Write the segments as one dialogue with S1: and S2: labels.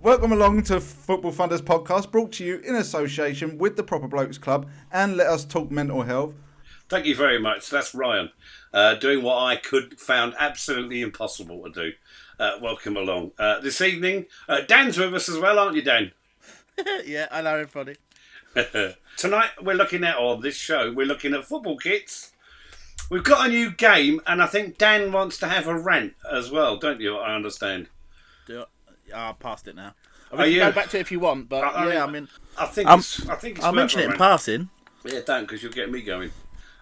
S1: Welcome along to Football Funders podcast, brought to you in association with the Proper Blokes Club and Let Us Talk Mental Health.
S2: Thank you very much. That's Ryan uh, doing what I could found absolutely impossible to do. Uh, welcome along uh, this evening. Uh, Dan's with us as well, aren't you, Dan?
S3: yeah, I know everybody.
S2: Tonight we're looking at on this show we're looking at football kits. We've got a new game, and I think Dan wants to have a rant as well, don't you? I understand.
S3: Do I oh, passed it now. I
S2: Are
S3: mean, you can
S2: you-
S3: go back to it if you want, but
S2: I- I
S3: yeah, I
S2: mean-
S3: mean,
S2: I think
S3: Um,
S2: it's, I think it's
S3: I'll
S2: worth
S3: mention
S2: a
S3: it in
S2: rant.
S3: passing.
S2: Yeah, don't, because you'll get me going.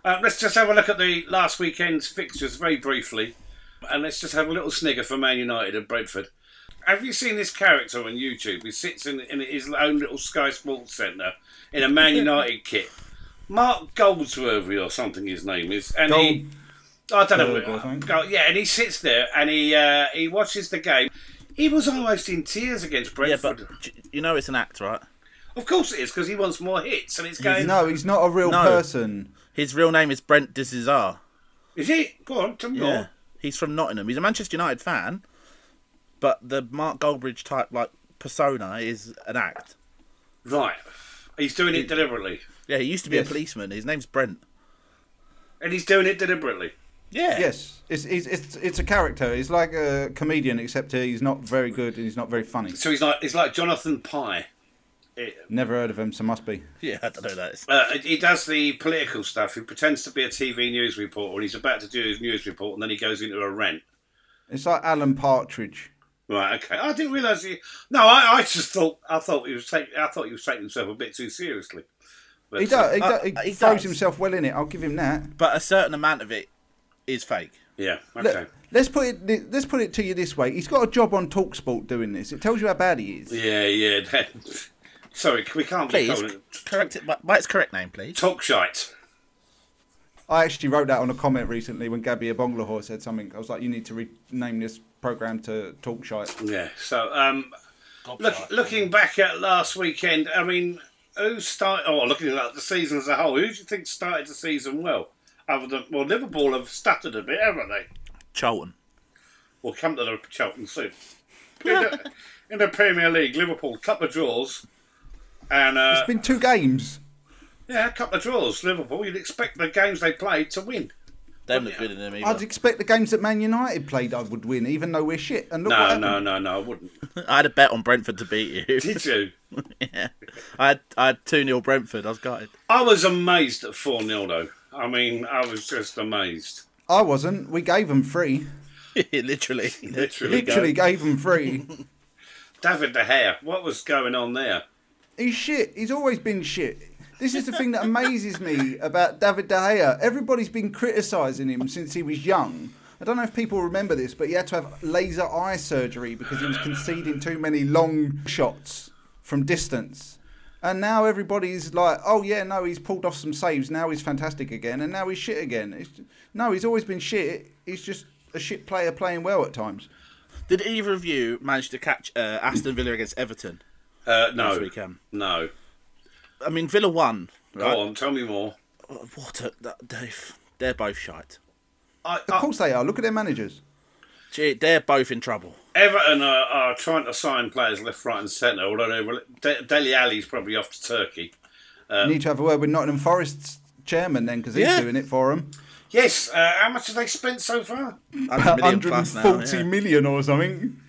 S2: Uh, let's just have a look at the last weekend's fixtures very briefly, and let's just have a little snigger for Man United and Brentford. Have you seen this character on YouTube? He sits in, in his own little Sky Sports Centre in a Man United kit. Mark Goldsworthy or something his name is, and he I don't know.
S1: Gold, I think.
S2: Gold- yeah, and he sits there and he uh, he watches the game. He was almost in tears against
S3: Yeah,
S2: Brentford.
S3: but j- you know it's an act, right?
S2: of course it is because he wants more hits, and it's going.
S1: No, he's not a real
S3: No.
S1: person.
S3: His real name is Brent Dizizar.
S2: Is he? Go on, tell me more.
S3: He's from Nottingham. He's a Manchester United fan, but the Mark Goldbridge type like persona is an act.
S2: Right. He's doing it deliberately.
S3: Yeah, he used to be
S1: Yes.
S3: a policeman. His name's Brent.
S2: And he's doing it deliberately.
S3: Yeah.
S1: Yes, it's, it's it's it's a character. It's like a comedian, except he's not very good and he's not very funny.
S2: So he's like he's like Jonathan Pye.
S1: Never heard of him, so must be.
S3: Yeah, I don't know that. Is.
S2: Uh, he does the political stuff. He pretends to be a TV news reporter and he's about to do his news report and then he goes into a rant.
S1: It's like Alan Partridge.
S2: Right, okay. I didn't realise he No, I, I just thought I thought he was taking I thought he was taking himself a bit too seriously. But,
S1: He does. He,
S3: Uh,
S1: do- he
S3: he
S1: throws
S3: does.
S1: himself well in it. I'll give him that.
S3: But a certain amount of it is fake.
S2: Yeah,
S1: Look,
S2: okay.
S1: let's put it. thi- Let's put it to you this way. He's got a job on Talksport doing this. It tells you how bad he is.
S2: Yeah, yeah. that- Sorry, we can't be
S3: Please
S2: calling it
S3: correct it by, by its correct name, please.
S2: talk shite.
S1: I actually wrote that on a comment recently when Gabby Abonglahor said something. I was like, you need to rename this program to Talk Shite.
S2: Yeah. So, um, look, looking back at last weekend, I mean, who started? Oh, looking at the season as a whole, who do you think started the season well? Other than well, Liverpool have stuttered a bit, haven't they?
S3: Charlton.
S2: We'll come to the Cheltenham soon. In the, in the Premier League, Liverpool couple of draws, and uh,
S1: It's been two games.
S2: yeah, a couple of draws. Liverpool, you'd expect the games they played to win.
S3: They haven't looked good in them either.
S1: I'd expect the games that Man United played, I would win, even though we're shit. And look what
S2: No,
S1: happened.
S2: no, no, no, I wouldn't.
S3: I had a bet on Brentford to beat you.
S2: Did you?
S3: yeah. I had I had two 0 Brentford. I was gutted.
S2: I was amazed at four 0 though. I mean, I was just amazed.
S1: I wasn't. We gave them three.
S3: Literally.
S2: Literally.
S3: Go.
S1: Literally gave them three.
S2: David De Gea, what was going on there?
S1: He's shit. He's always been shit. This is the thing that amazes me about David De Gea. Everybody's been criticising him since he was young. I don't know if people remember this, but he had to have laser eye surgery because he was conceding too many long shots from distance. And now everybody's like, oh yeah, no, he's pulled off some saves. Now he's fantastic again, and now he's shit again. It's, no, he's always been shit. He's just a shit player playing well at times.
S3: Did either of you manage to catch uh, Aston Villa against Everton?
S2: Uh, no,
S3: Last weekend.
S2: no.
S3: I mean, Villa won.
S2: Go
S3: Right?
S2: on, tell me more.
S3: What a that, they they're both shite.
S2: I,
S1: Of
S2: I,
S1: course they are. Look at their managers.
S3: Gee, they're both in trouble.
S2: Everton are, are trying to sign players left, right, and centre. Although they were- De- Deli Ali's probably off to Turkey.
S1: Need to have a word with Nottingham Forest's chairman then, because he's
S3: Um, Yeah.
S1: doing it for him.
S2: Yes. Uh, how much have they spent so far?
S3: 100 million plus now,
S1: 140
S3: yeah.
S1: million or something.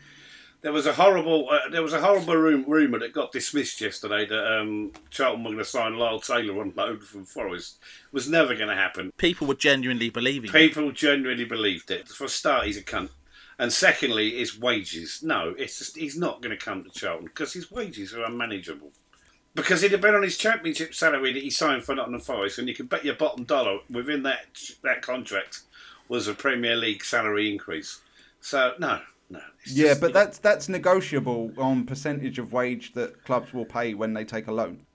S2: There was a horrible. Uh, there was a horrible room, rumor that got dismissed yesterday that um, Charlton were going to sign Lyle Taylor on loan from Forest. It was never going to happen.
S3: People were genuinely believing. it.
S2: People genuinely believed it. For a start, he's a cunt. And secondly, his wages. No, it's just he's not going to come to Charlton because his wages are unmanageable. Because he'd have been on his championship salary that he signed for Nottingham Forest, and you can bet your bottom dollar within that that contract was a Premier League salary increase. So no, no. it's
S1: Yeah,
S2: just-
S1: but that's that's negotiable on percentage of wage that clubs will pay when they take a loan.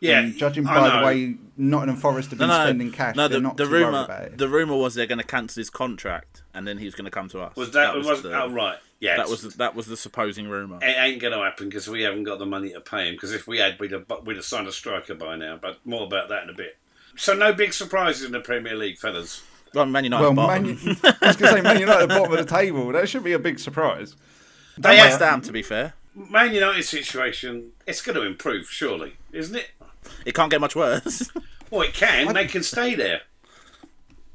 S2: yeah,
S1: And judging
S2: I
S1: by the
S2: know.
S1: way Nottingham Forest have
S3: No,
S1: been
S3: no,
S1: spending cash,
S3: no.
S1: they're
S3: The,
S1: not
S3: the
S1: too worried about
S3: rumor,
S1: it.
S3: the rumor was they're going to cancel his contract, and then he was going to come to us.
S2: was that, Eh. was
S3: the,
S2: oh right? Yeah,
S3: that was the- that was the supposing rumor.
S2: it ain't going to happen because we haven't got the money to pay him. Because if we had, we'd have, we'd have signed a striker by now. But more about that in a bit. So no big surprises in the Premier League, fellas.
S3: Well, Man United.
S1: Well,
S3: bottom.
S1: Man, I was going to say Man United at the bottom of the table. That should be a big surprise.
S3: They
S2: Yeah.
S3: West Ham, to be fair.
S2: Man United situation, it's going to improve, surely, isn't it?
S3: It can't get much worse.
S2: Well, it can. They can stay there.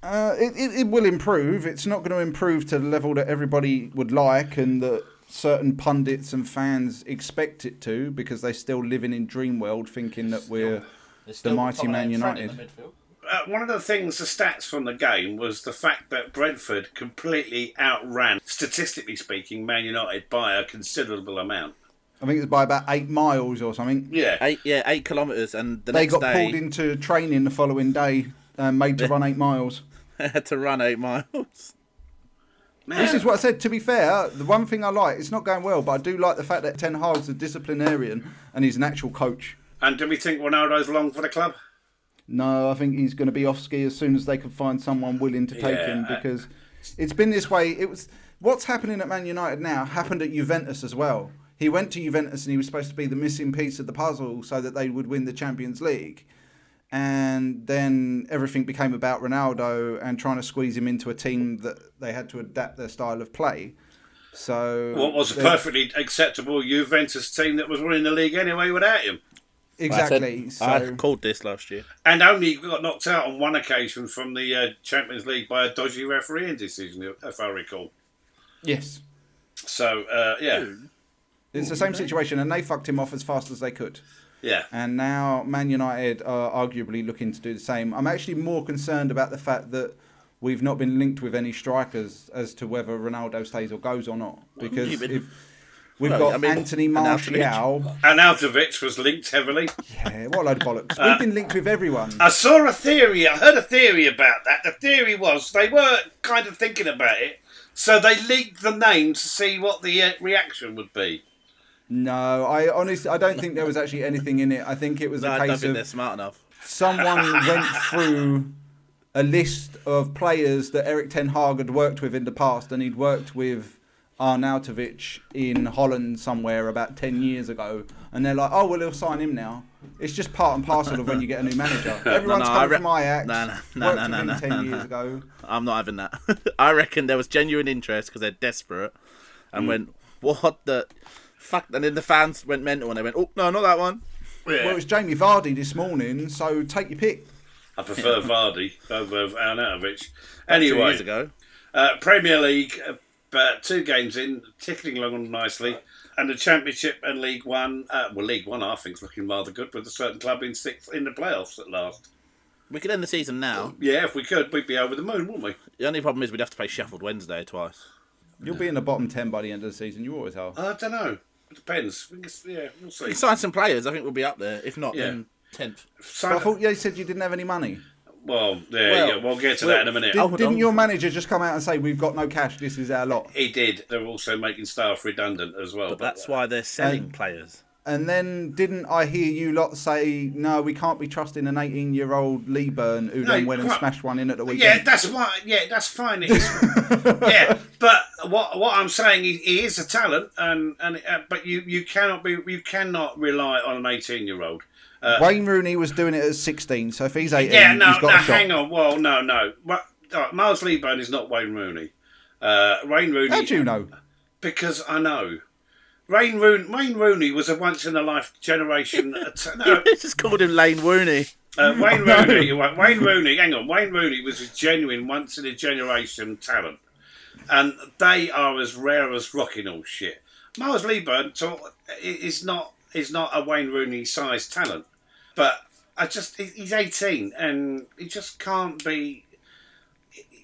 S1: Uh, it, it, it will improve. It's not going to improve to the level that everybody would like and that certain pundits and fans expect it to because they're still living in dream world thinking that we're
S4: They're
S1: the
S4: still
S1: mighty Man
S4: dominating front in
S1: United.
S4: the midfield.
S2: Uh, one of the things, the stats from the game was the fact that Brentford completely outran, statistically speaking, Man United by a considerable amount.
S1: I think it was by about eight miles or something.
S2: Yeah.
S3: eight, yeah, eight kilometers, and the
S1: They
S3: next
S1: got
S3: day
S1: pulled into training the following day and made to run eight miles.
S3: had to run eight miles.
S2: Man.
S1: This is what I said. To be fair, the one thing I like, it's not going well, but I do like the fact that Ten Hag's a disciplinarian and he's an actual coach.
S2: And do we think Ronaldo's long for the club?
S1: No, I think he's going to be off ski as soon as they can find someone willing to take
S2: Yeah,
S1: him
S2: I-
S1: because it's been this way. It was what's happening at Man United now happened at Juventus as well. He went to Juventus and he was supposed to be the missing piece of the puzzle so that they would win the Champions League. And then everything became about Ronaldo and trying to squeeze him into a team that they had to adapt their style of play. So
S2: What was a
S1: they're-
S2: perfectly acceptable Juventus team that was winning the league anyway without him?
S1: exactly?
S3: I, said-
S1: so
S3: I called this last year.
S2: And only got knocked out on one occasion from the uh, Champions League by a dodgy refereeing decision, if I recall.
S1: yes,
S2: So, uh, yeah.
S1: it's the same situation, and they fucked him off as fast as they could.
S2: Yeah.
S1: And now Man United are arguably looking to do the same. I'm actually more concerned about the fact that we've not been linked with any strikers as to whether Ronaldo stays or goes or not. Because
S3: been-
S1: if we've
S3: Well,
S1: got
S3: I mean,
S1: Anthony
S3: and
S1: Martial,
S2: And Altovich was linked heavily.
S1: yeah, what a load of bollocks. We've been linked with everyone.
S3: Uh,
S2: I saw a theory. I heard a theory about that. The theory was they were kind of thinking about it, so they leaked the name to see what the uh, reaction would be.
S1: No, I honestly, I don't think there was actually anything in it. I think it was
S3: No,
S1: a
S3: I don't
S1: case
S3: think they're
S1: of
S3: smart enough.
S1: someone went through a list of players that Eric Ten Hag had worked with in the past, and he'd worked with Arnautovic in Holland somewhere about 10 years ago. And they're like, oh, well, they'll sign him now. It's just part and parcel of when you get a new manager. Everyone's
S3: no, I
S1: come
S3: re-
S1: from Ajax,
S3: No, no, no,
S1: worked
S3: no,
S1: with
S3: no,
S1: him
S3: no,
S1: 10
S3: no,
S1: years
S3: no.
S1: ago.
S3: I'm not having that. I reckon there was genuine interest because they're desperate and
S1: Mm.
S3: went, what the fuck? And then the fans went mental and they went, oh, no, not that one.
S2: Yeah.
S1: Well, it was Jamie Vardy this morning, so take your pick.
S2: I prefer Vardy over Arnautovic.
S3: Two
S2: Anyway,
S3: years ago.
S2: Uh, Premier League, uh, about two games in, ticking along nicely. And the Championship and League One, uh, well, League One, I think, is looking rather good with a certain club in sixth in the playoffs at last.
S3: We could end the season now.
S2: Yeah, if we could, we'd be over the moon, wouldn't we?
S3: The only problem is we'd have to play Sheffield Wednesday twice.
S1: You'll be in the bottom 10 by the end of the season. You always are.
S2: I don't know. It depends. We can- Yeah, we'll see.
S3: We sign some players. I think we'll be up there. If not,
S2: Yeah.
S3: then tenth.
S2: Sign-
S1: I thought you said you didn't have any money.
S2: Well, there
S3: Well,
S2: you go. We'll get to that in a minute.
S1: Did,
S3: hold
S1: didn't
S3: on.
S1: your manager just come out and say, we've got no cash, this is our lot?
S2: He did. They're also making staff redundant as well.
S3: But that's why they're selling players.
S1: And then didn't I hear you lot say, no, we can't be trusting an 18 year old Leeburn who then went and
S2: crap.
S1: smashed one in at the
S2: Yeah,
S1: weekend?
S2: that's why. Yeah, that's fine. It is. yeah, but what what I'm saying, he, he is a talent, and and uh, but you you cannot be you cannot rely on an 18 year old.
S1: Wayne Rooney was doing it at 16, so if he's 18,
S2: Yeah, no,
S1: he's got
S2: no,
S1: a shot.
S2: hang on. Well, no, no. What, all right, Miles Leeburn is not Wayne Rooney. Uh, Wayne Rooney.
S1: How do you know?
S2: Because I know. Wayne Rooney, Wayne Rooney was a once in a life generation. att- no,
S3: It's just called him Lane Rooney.
S2: Uh, Wayne Rooney. Wayne Rooney. Hang on. Wayne Rooney was a genuine, once in a generation talent, and they are as rare as rocking all shit. Miles Lieburn to- is not is not a Wayne Rooney sized talent, but I just he- he's eighteen and he just can't be.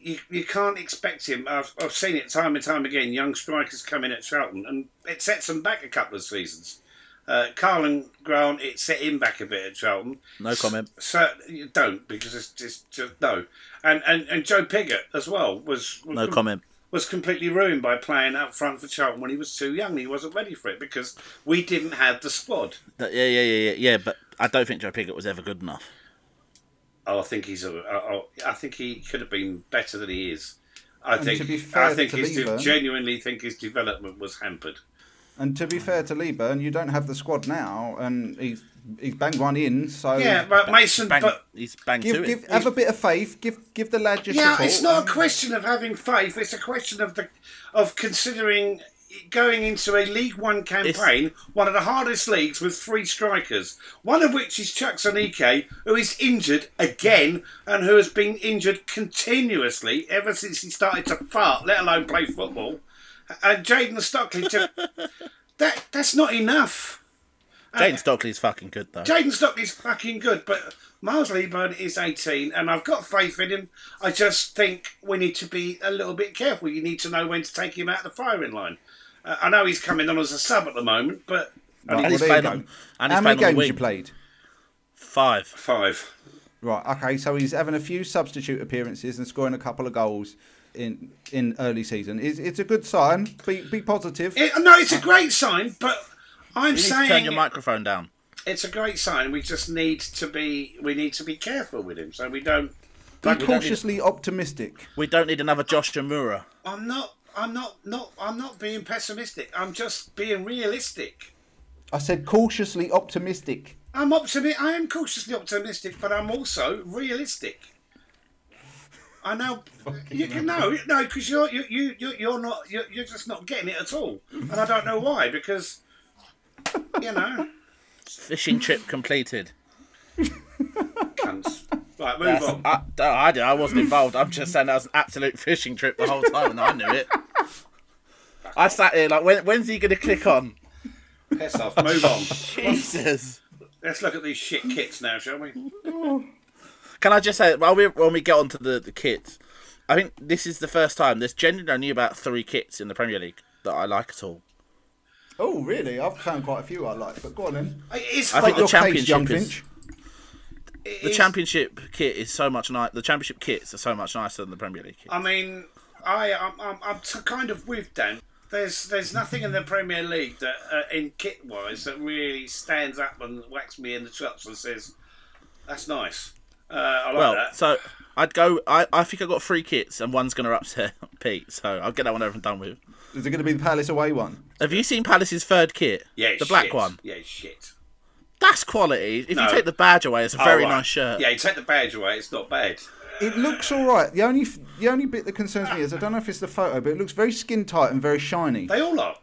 S2: You, you can't expect him. I've, I've seen it time and time again. Young strikers come in at Charlton, and it sets them back a couple of seasons. Uh, Carlin Grant, it set him back a bit at Charlton.
S3: No comment.
S2: So you don't because it's just, just no. And, and and Joe Piggott as well was was,
S3: No comment.
S2: was completely ruined by playing up front for Charlton when he was too young. He wasn't ready for it because we didn't have the squad.
S3: That- yeah, yeah, yeah, yeah, yeah. But I don't think Joe Piggott was ever good enough.
S2: Oh, I think he's a. oh, oh, I think he could have been better than he is. I think.
S1: to be fair
S2: I think
S1: to
S2: he's
S1: Lever-
S2: genuinely think his development was hampered.
S1: And to be fair to Leeburn, you don't have the squad now, and he's, he's banged one in, so.
S2: Yeah, but Mason.
S3: Bang,
S2: But
S3: he's bang to
S1: Give,
S3: it.
S1: give, uh, have a bit of faith. Give give the lad your
S2: Yeah,
S1: support.
S2: it's not a question of having faith. It's a question of the of considering going into a League One campaign, one of the hardest leagues with three strikers, one of which is Chuck Sonike, who is injured again and who has been injured continuously ever since he started to fart, let alone play football. And Jaden Stockley, to, that that's not enough.
S3: Jaden Stockley's fucking good though.
S2: Jaden Stockley's fucking good, but Miles Lieberman is 18, and I've got faith in him. I just think we need to be a little bit careful. You need to know when to take him out of the firing line. Uh, I know he's coming on as a sub at the moment, but
S1: Right,
S3: and he's
S1: well, there you
S3: played
S1: go.
S3: on- and
S1: How
S3: he's
S1: many
S3: played on the
S1: games you
S3: wing.
S1: played?
S3: Five.
S2: five.
S1: Right. Okay. So he's having a few substitute appearances and scoring a couple of goals in in early season. It's, it's a good sign. Be be positive.
S2: It, no, it's a great sign, but I'm
S3: You need to turn
S2: saying
S3: your microphone down.
S2: it's a great sign. We just need to be we need to be careful with him so we don't.
S1: Be
S2: Like, we don't-
S1: cautiously optimistic.
S3: We don't need another Josh Jamura.
S2: I'm not. I'm not. Not. I'm not being pessimistic. I'm just being realistic.
S1: I said cautiously optimistic.
S2: I'm optimistic. I am cautiously optimistic, but I'm also realistic. I know you can no, no, because you're you you you're, you're not you're, you're just not getting it at all, and I don't know why because you know,
S3: Fishing trip completed.
S2: cunts. Right, move
S3: That's-
S2: on.
S3: I, no, I, did, I wasn't involved. I'm just saying that was an absolute fishing trip the whole time, and I knew it. I sat here like, when, when's he going to click on?
S2: Piss off. Move on.
S3: Jesus.
S2: Let's look at these shit kits now, shall we?
S3: Can I just say, while we, when we get onto the, the kits, I think this is the first time there's generally only about three kits in the Premier League that I like at all.
S1: Oh, really? I've found quite a few I like. But go on then.
S2: It is.
S3: I
S2: hard.
S3: think the
S1: Your case,
S3: championship
S1: young
S3: is-
S1: Finch.
S2: It
S3: The
S2: is-
S3: Championship kit is so much nice. The Championship kits are so much nicer than the Premier League kit.
S2: I mean, I I'm I'm, I'm t- kind of with Dan. There's there's nothing in the Premier League that uh, in kit wise that really stands up and whacks me in the chops and says that's nice. Uh, I like
S3: well,
S2: that.
S3: so I'd go. I, I think I got three kits, and one's going to upset Pete. So I'll get that one over and done with.
S1: Is it going to be the Palace away one?
S3: Have you seen Palace's third kit?
S2: yeah, it's
S3: the black
S2: shit.
S3: one.
S2: Yeah, it's shit.
S3: That's quality. If
S2: No.
S3: you take the badge away, it's a very
S2: Oh, right.
S3: nice shirt.
S2: Yeah, you take the badge away. It's not bad.
S1: It looks all right. The only f- the only bit that concerns me is I don't know if it's the photo, but it looks very skin tight and very shiny.
S2: They all are.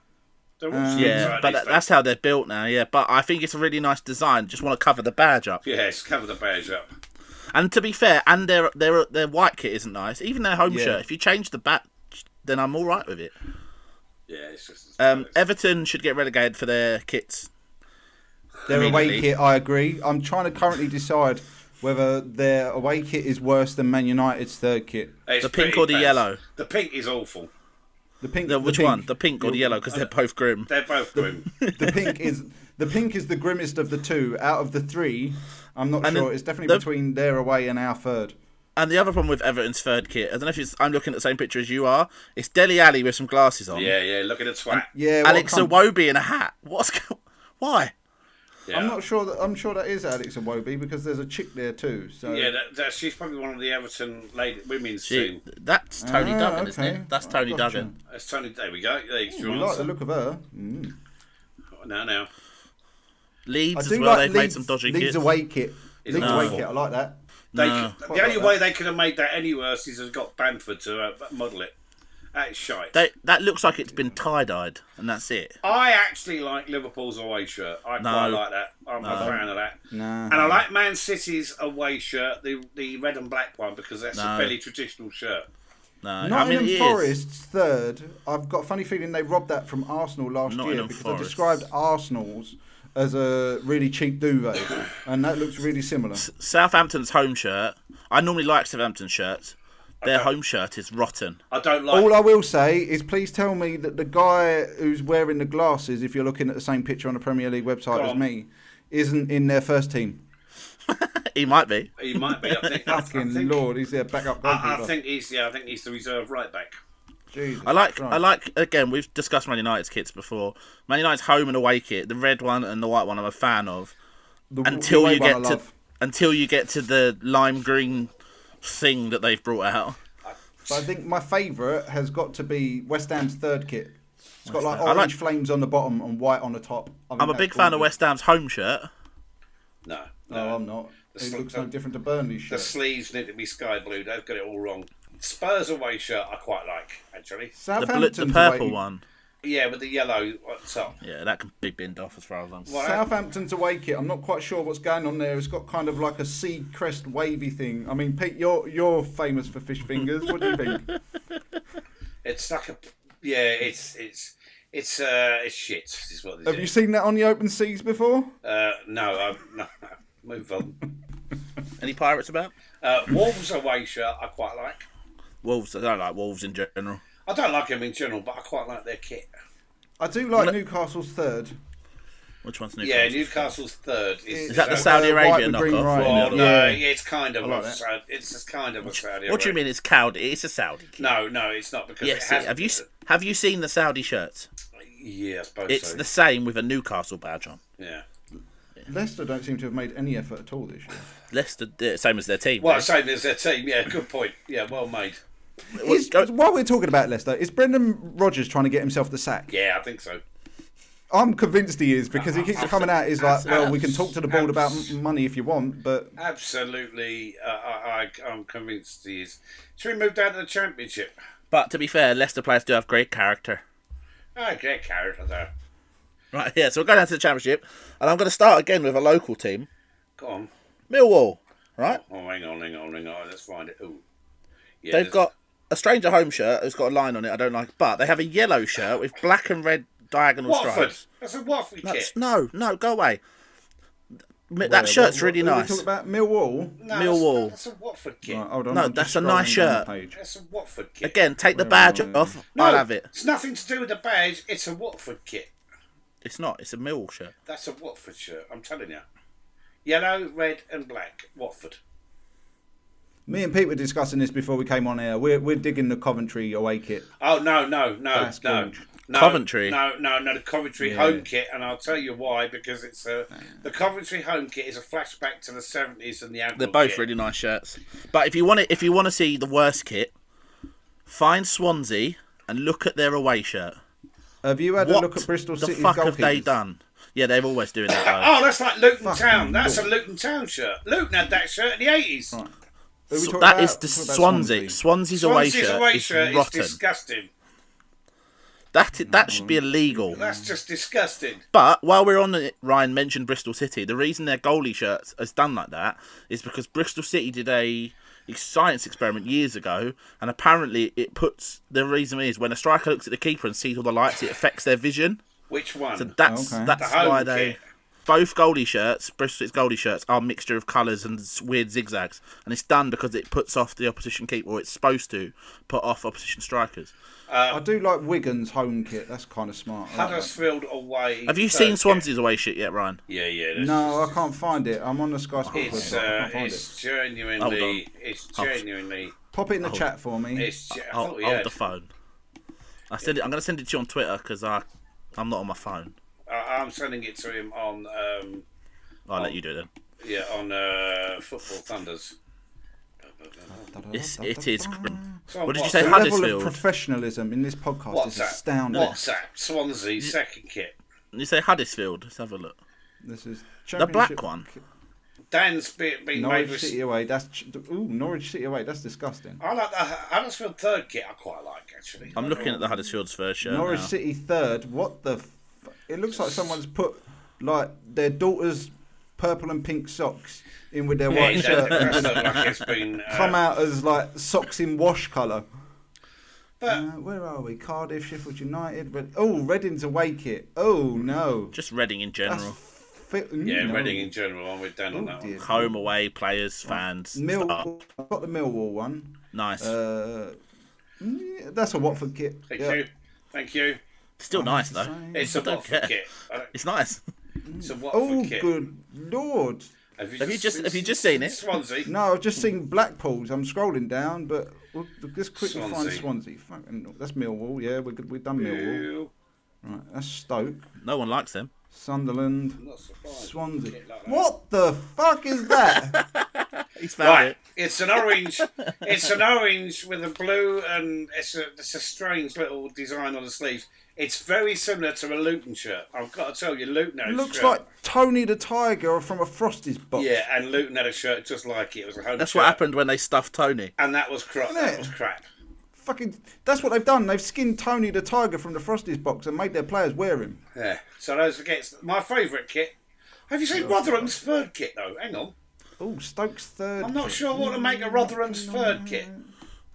S2: They're all shit
S3: Mm, Yeah,
S2: right,
S3: but
S2: these
S3: that, that's
S2: days.
S3: how they're built now. Yeah, but I think it's a really nice design. Just want to cover the badge up.
S2: yes. Cover the badge up.
S3: And to be fair, and their their their white kit isn't nice. Even their home
S1: Yeah.
S3: shirt. If you change the badge, then I'm all right with it.
S2: Yeah, it's just.
S3: Um, Everton should get relegated for their kits.
S1: Their away
S3: Immediately.
S1: kit, I agree. I'm trying to currently decide whether their away kit is worse than Man United's third kit.
S2: It's
S3: the pink
S2: pretty
S3: or the
S2: bad.
S3: yellow?
S2: The pink is awful.
S1: The pink.
S3: The, which
S1: pink-
S3: one? The pink or the yellow? Because they're both grim.
S2: They're both grim.
S1: The pink is the pink is the grimmest of the two out of the three. I'm not
S3: And
S1: sure.
S3: then
S1: It's definitely
S3: the-
S1: between their away and our third.
S3: And the other problem with Everton's third kit, I don't know if it's, I'm looking at the same picture as you are. It's Deli Alley with some glasses on.
S2: yeah, yeah. Look at the twat.
S1: Yeah, what
S3: Alex
S1: com-
S3: Awobi in a hat. What's go- why?
S2: Yeah.
S1: I'm not sure that I'm sure that is Alex and Wobie because there's a chick there too. So
S2: Yeah, that, that, she's probably one of the Everton lady, women's
S3: Gee,
S2: team.
S3: that's Tony
S1: Ah,
S3: Duggan, isn't
S1: okay.
S3: it? That's
S1: Oh,
S3: Tony
S1: gotcha.
S3: Duggan.
S2: That's Tony. There we go. There's
S1: we
S2: your
S1: Oh, like the
S2: answer.
S1: look of her. Mm.
S2: No, no.
S3: Leeds
S1: I
S3: as
S1: do
S3: well.
S1: like
S3: They've
S1: Leeds,
S3: made some dodgy
S1: Leeds
S3: kits.
S1: away kit.
S2: It's
S1: Leeds away
S2: awful.
S1: kit. I like that.
S2: They
S3: No.
S2: could,
S1: Quite
S2: the only
S1: like
S2: way they could have made that any worse is they've got Bamford to uh, model it. That's shite.
S3: They, that looks like it's been tie dyed, and that's it.
S2: I actually like Liverpool's away shirt. I quite like that. I'm a fan of that.
S1: No.
S2: And I like Man City's away shirt, the the red and black one, because that's a fairly traditional shirt.
S3: No, I mean,
S1: Nottingham
S3: it is.
S1: Forest's third. I've got a funny feeling they robbed that from Arsenal last year
S3: Nottingham
S1: because I
S3: Forest.
S1: described Arsenal's as a really cheap duvet, and that looks really similar.
S3: Southampton's home shirt. I normally like Southampton shirts. Their home shirt is rotten.
S2: I don't like.
S1: All I will say is, please tell me that the guy who's wearing the glasses, if you're looking at the same picture on the Premier League website
S2: Go
S1: as
S2: on.
S1: me, isn't in their first team.
S3: He might be.
S2: he might be. I think. I, I
S1: Fucking
S2: think
S1: lord, he's their backup
S2: I, I
S1: goalkeeper.
S2: think he's. Yeah, I think he's the reserve right back.
S1: Jesus
S3: I like I
S1: Christ.
S3: like again we've discussed Man United's kits before. Man United's home and away kit, the red one and the white one I'm a fan of.
S1: The- the
S3: Until
S1: way
S3: you
S1: one I
S3: get to
S1: love.
S3: until you get to the lime green thing that they've brought out.
S1: But I think my favourite has got to be West Ham's third kit. It's got like
S3: Ham. I like-
S1: orange flames on the bottom and white on the top. I think
S3: I'm a
S1: that's
S3: big fan of
S1: gorgeous.
S3: West Ham's home shirt.
S2: No, no,
S1: No, I'm not. It
S2: sl-
S1: looks
S2: the-
S1: no different to Burnley's
S2: The
S1: shirt.
S2: sleeves need to be sky blue. They've got it all wrong. Spurs away shirt I quite like actually.
S3: The, bl- the
S1: Southampton's
S3: purple
S1: away-
S3: one.
S2: Yeah, with the yellow on top.
S3: Yeah, that can be binned off as far as I'm
S2: Well,
S1: Southampton's away kit. I'm not quite sure what's going on there. It's got kind of like a sea crest wavy thing. I mean, Pete, you're you're famous for fish fingers. What do you think?
S2: It's like a yeah. It's it's it's uh it's shit. Is what they
S1: Have
S2: do.
S1: you seen that on the open seas before?
S2: Uh, no, um, no, no. Move on.
S3: Any pirates about?
S2: Uh, Wolves away shirt I quite like.
S3: Wolves. I don't like wolves in general.
S2: I don't like them in general, but I quite like their kit.
S1: I do like Newcastle's third.
S3: Which one's new?
S2: Yeah, Newcastle's third is,
S1: Is
S3: Is that the
S1: Uh,
S3: Saudi
S1: white
S3: Arabia
S1: with green
S3: knockoff?
S1: rind.
S2: Well,
S1: Yeah.
S2: no, yeah, it's kind of.
S1: I like
S2: a
S1: that.
S2: Sa- it's just kind of a Saudi.
S3: What do you
S2: Arabia.
S3: mean it's Saudi? It's a Saudi. kid.
S2: No, no, it's not because
S3: Yes.
S2: it has.
S3: Have you s- have you seen the Saudi shirts?
S2: Yeah, I suppose
S3: It's
S2: so.
S3: the same with a Newcastle badge on.
S2: Yeah.
S1: Leicester don't seem to have made any effort at all this year.
S3: Leicester, the same as their team.
S2: Well,
S3: right?
S2: same as their team. Yeah, good point. Yeah, well made.
S1: Is,
S3: go-
S1: while we're talking about Leicester, is Brendan Rodgers trying to get himself the sack?
S2: Yeah, I think so.
S1: I'm convinced he is because he keeps coming out. He's like, well, we can talk to the board about
S2: abs-
S1: m- money if you want, but
S2: Absolutely, uh, I, I, I'm convinced he is. Should we move down to the championship?
S3: But to be fair, Leicester players do have great character.
S2: Oh, great character though.
S3: Right, yeah, so we're going down to the championship, and I'm going to start again with a local team,
S2: Go on.
S3: Millwall. Right,
S2: Oh, hang on, hang on, hang on. Let's find it. Ooh. Yeah,
S3: they've
S2: there's-
S3: got a stranger home shirt. It's got a line on it I don't like, but they have a yellow shirt with black and red diagonal
S2: Watford.
S3: stripes.
S2: That's a Watford
S3: That's,
S2: kit.
S3: no, no, go away. M-
S1: Where?
S3: that shirt's
S1: What- what-
S3: really
S1: who are we
S3: nice.
S1: talking about Millwall.
S2: No,
S3: Millwall.
S2: That's, that's a Watford kit.
S1: Right, hold on,
S3: No,
S1: I'm just
S3: that's a nice
S1: scrolling down
S3: shirt.
S1: the page.
S2: That's a Watford kit.
S3: Again, take the
S1: Where
S3: badge
S1: am I?
S3: off.
S2: No,
S3: I'll have it.
S2: It's nothing to do with the badge. It's a Watford kit.
S3: It's not. It's a Millwall shirt.
S2: That's a Watford shirt. I'm telling you. Yellow, red, and black. Watford.
S1: Me and Pete were discussing this before we came on air. We're, we're digging the Coventry away kit.
S2: Oh no, no, no,
S1: That's
S2: no,
S1: good.
S2: no.
S3: Coventry.
S2: No, no, no. The Coventry
S1: Yeah.
S2: home kit, and I'll tell you why. Because it's a the Coventry home kit is a flashback to the seventies and the Admiral
S3: They're both
S2: kit.
S3: really nice shirts. But if you want it, if you want to see the worst kit, find Swansea and look at their away shirt.
S1: Have you had
S3: what
S1: a look at Bristol
S3: the
S1: City's
S3: fuck have they
S1: goalkeepers?
S3: done? Yeah, they're always doing that. Though.
S2: Oh, that's like Luton
S1: Fucking
S2: Town. That's
S1: Lord.
S2: a Luton Town shirt. Luton had that shirt in the eighties.
S1: Right. Who are we
S3: So
S1: talking
S3: that
S1: about?
S3: is the
S1: Talking about
S3: Swansea. Swansea's, away
S2: Swansea's
S3: shirt,
S2: away
S3: is
S2: shirt is
S3: rotten.
S2: disgusting.
S3: that i- that should be
S1: Mm.
S3: illegal.
S2: That's just disgusting.
S3: But while we're on it, Ryan mentioned Bristol City. The reason their goalie shirts is done like that is because Bristol City did a science experiment years ago, and apparently it puts the reason is when a striker looks at the keeper and sees all the lights, it affects their vision.
S2: Which one?
S3: So that's
S1: Okay.
S3: that's
S2: The home
S3: why they
S2: kit.
S3: both goalie shirts, Bristol City's goalie shirts, are a mixture of colours and s- weird zigzags, and it's done because it puts off the opposition keeper, or it's supposed to put off opposition strikers.
S1: I do like Wigan's home kit. That's kind of smart. I like that.
S2: Huddersfield away.
S3: Have you
S2: third
S3: seen
S2: kit.
S3: Swansea's away shit yet, Ryan?
S2: Yeah, yeah. that's
S1: No,
S2: just-
S1: I can't find it. I'm on the Sky Sports
S2: It's
S1: website. I
S2: uh,
S1: can't find it.
S2: it's genuinely,
S3: Hold
S2: it's
S3: Hold on.
S2: genuinely,
S1: Pop it in the
S3: Oh,
S1: chat for me.
S2: it's. ge- oh, I
S3: Hold,
S2: thought we
S3: hold
S2: had-
S3: the phone. I send it, I'm going to send it to you on Twitter because I I'm not on my phone.
S2: I- I'm sending it to him on, um,
S3: I'll let you do it then.
S2: yeah, on uh, Football Thunders.
S3: It's, it is. Grim.
S2: So
S3: What did you
S2: what-
S3: say?
S1: The level of
S3: Huddersfield.
S1: professionalism in this podcast
S2: What's
S1: is
S2: that?
S1: astounding.
S2: What's that? Swansea second kit.
S3: you say Huddersfield. Let's have a look.
S1: This is
S3: The black
S1: championship-
S3: one.
S2: Dan's be- been made
S1: Norwich
S2: with.
S1: City away. That's ch- ooh Norwich City away. That's disgusting.
S2: I like the Huddersfield third kit. I quite like actually.
S3: I'm looking at the Huddersfield's first shirt.
S1: Norwich
S3: now.
S1: City third. What the? F- it looks like someone's put like their daughter's purple and pink socks in with their
S2: Yeah,
S1: white
S2: it
S1: shirt.
S2: does- it does look like it's been. uh,
S1: Come out as like socks in wash colour.
S2: But
S1: Uh, where are we? Cardiff, Sheffield United. Red- oh, Reading's away kit. Oh no.
S3: Just Reading in
S1: That's
S3: general.
S1: fi-
S2: yeah,
S1: no.
S2: Reading in general. I'm with Dan on
S1: Oh,
S2: that
S1: dear.
S2: one.
S3: Home, away, players, fans. staff.
S1: Millwall. I've got the Millwall one.
S3: Nice.
S1: Uh, yeah, that's a Watford kit.
S2: Thank
S1: Yeah.
S2: you. Thank you.
S3: Still nice though.
S1: Same.
S2: It's a
S3: don't
S2: Watford
S3: care.
S2: kit. I don't-
S3: It's nice.
S2: It's a Watford
S1: Oh,
S2: kit.
S1: good lord!
S2: Have you,
S3: Have you just- have you just seen it?
S2: Swansea.
S1: No, I've just seen Blackpool's. I'm scrolling down, but we'll just quickly find
S2: Swansea.
S1: Swansea. Fucking, that's Millwall. Yeah, we're good. We've done Millwall.
S2: Ew,
S1: Right, that's Stoke,
S3: No one likes them.
S1: Sunderland,
S2: not surprised.
S1: Swansea.
S2: Kit like that.
S1: What the fuck is that?
S3: He's found
S2: Right,
S3: it.
S2: it's an orange. it's an orange with a blue, and it's a it's a strange little design on the sleeves. It's very similar to a Luton shirt. I've got to tell you, Luton had a
S1: Looks
S2: shirt.
S1: like Tony the Tiger from a Frosty's box.
S2: yeah, and Luton had a shirt just like it. It was a home.
S3: That's
S2: shirt,
S3: what happened when they stuffed Tony.
S2: and that was crap.
S1: Isn't
S2: That
S1: it?
S2: was crap.
S1: fucking. That's what they've done. They've skinned Tony the Tiger from the Frosties box and made their players wear him.
S2: Yeah. So those against my favourite kit. Have you seen Rotherham's third kit though? Hang on.
S1: Oh, Stokes third.
S2: I'm not sure what to make of Rotherham's third kit.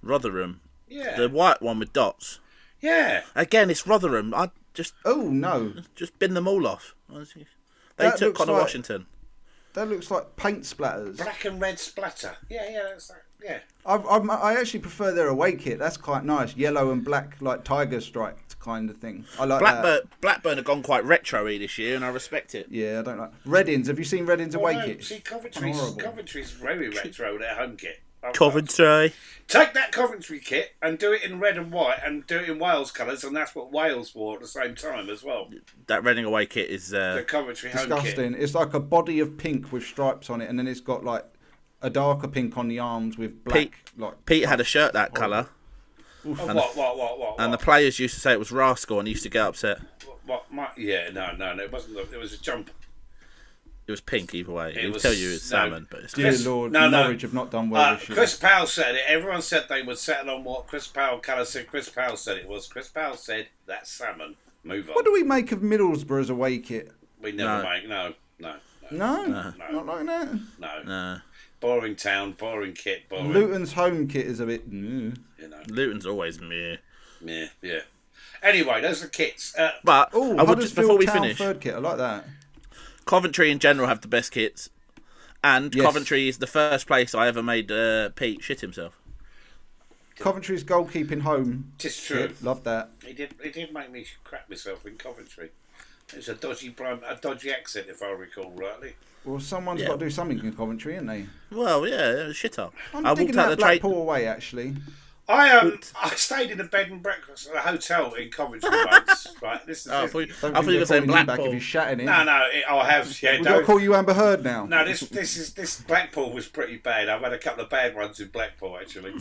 S3: Rotherham, the
S2: Yeah.
S3: white one with dots.
S2: Yeah.
S3: Again, it's Rotherham. I just
S1: Oh no,
S3: just bin them all off. Honestly. They
S1: That
S3: took
S1: looks
S3: Connor
S1: like-
S3: Washington.
S1: that looks like paint splatters.
S2: Black and red splatter. Yeah, yeah, that's that. Yeah.
S1: I've, I'm, I actually prefer their away kit. That's quite nice, yellow and black, like tiger striped kind of thing. I like that.
S3: Blackburn Blackburn have gone quite retro-y this year, and I respect it.
S1: Yeah, I don't like Reddins. Have you seen Reddins away
S2: Well, Oh, no,
S1: kit?
S2: See, Coventry's,
S1: Horrible.
S2: Coventry's very retro, their home kit. Oh,
S3: Coventry.
S2: Take that Coventry kit and do it in red and white and do it in Wales colours, and that's what Wales wore at the same time as well.
S3: That Reading away kit is
S2: The
S3: uh,
S2: Coventry home kit.
S1: Disgusting. It's like a body of pink with stripes on it, and then it's got like a darker pink on the arms with black. Like
S3: Pete had a shirt that colour,
S2: Oh, what, what, what, what,
S3: and the
S2: what,
S3: players used to say it was rascal, and he used to get upset.
S2: what, what, my, Yeah, no, no, no, it wasn't. The, it was a jump.
S3: It was pink either way. It
S2: was-
S3: would tell you it's
S2: no.
S3: salmon, but it's
S1: dear
S2: Chris-
S1: lord,
S2: no, no.
S1: Norwich have not done well
S2: Uh,
S1: this year.
S2: Chris Powell said it. Everyone said they would settle on what Chris Powell colour said. Chris Powell said it was. Chris Powell said that's salmon. Move on.
S1: What do we make of Middlesbrough's away kit?
S2: we never
S3: No.
S2: make. No, no, no,
S1: No,
S2: No.
S1: not like that.
S2: no.
S3: uh,
S2: Boring town, boring kit, boring.
S1: Luton's home kit is a bit. mm.
S2: You know,
S3: Luton's always meh.
S2: yeah, yeah. Anyway, those are kits. Uh,
S3: But
S1: Oh,
S3: I would
S1: Huddersfield
S3: just, before we
S1: Town
S3: finish,
S1: third kit. I like that.
S3: Coventry in general have the best kits, and
S1: Yes.
S3: Coventry is the first place I ever made uh, Pete shit himself.
S1: Coventry's goalkeeping home.
S2: it's true.
S1: kit, Love that.
S2: It did. It did make me crap myself in Coventry. It's a dodgy, brim- a dodgy accent, if I recall rightly.
S1: Well, someone's
S3: Yeah.
S1: got to do something in Coventry, ain't they?
S3: Well, yeah, shit up.
S1: I'm
S3: I
S1: digging
S3: walked
S1: that
S3: out the trade.
S1: Blackpool away actually.
S2: I um, I stayed in a bed and breakfast at a hotel in Coventry once. right, this is.
S3: Oh, I
S2: this-
S3: thought you
S1: Don't
S3: I thought
S1: think
S3: you
S1: they're
S3: were saying
S1: calling you back if
S3: Blackpool.
S1: you're shatting it.
S2: no, no, it, I have. Yeah,
S1: We've
S2: no,
S1: got to call you Amber Heard now.
S2: no. This, this is this Blackpool was pretty bad. I've had a couple of bad ones in Blackpool actually,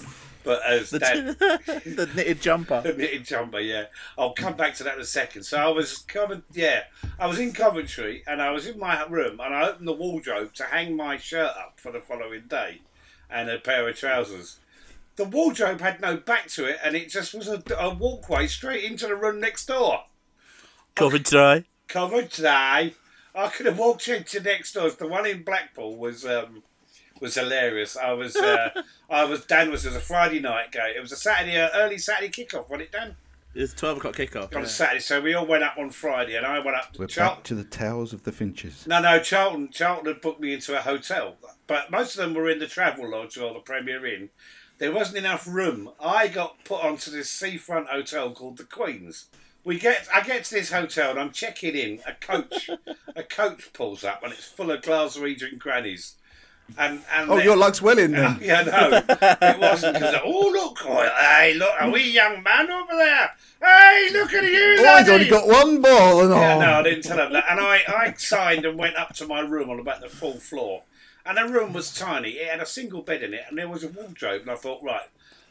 S2: but as Dan,
S3: the knitted jumper.
S2: knitted jumper, yeah. I'll come back to that in a second. So I was coming, yeah. I was in Coventry and I was in my room and I opened the wardrobe to hang my shirt up for the following day and a pair of trousers. The wardrobe had no back to it and it just was a, a walkway straight into the room next door.
S3: Coventry.
S2: Coventry. I could have walked into next doors. The one in Blackpool was um, was hilarious. I was uh, I was Dan was it was a Friday night game. It was a Saturday uh, early Saturday kickoff, wasn't it, Dan?
S3: It's twelve o'clock kickoff.
S2: on a
S3: Yeah.
S2: Saturday. So we all went up on Friday, and I went up to
S1: We're
S2: Charlton.
S1: back to the tales of the finches.
S2: No, no, Charlton. Charlton had booked me into a hotel, but most of them were in the Travel Lodge or the Premier Inn. There wasn't enough room. I got put onto this seafront hotel called the Queen's. We get, I get to this hotel and I'm checking in. A coach, a coach pulls up and it's full of Glaswegian grannies. And and
S1: Oh,
S2: they're-
S1: your luck's well in then.
S2: yeah, no, it wasn't. Because oh look, oh, hey look, a wee young man over there. Hey, look at you,
S1: Oh, he's only
S2: laddie.
S1: got one ball. And
S2: Yeah,
S1: oh.
S2: no, I didn't tell him that. And I, I signed and went up to my room on about the full floor. And the room was tiny. It had a single bed in it, and there was a wardrobe. And I thought, right,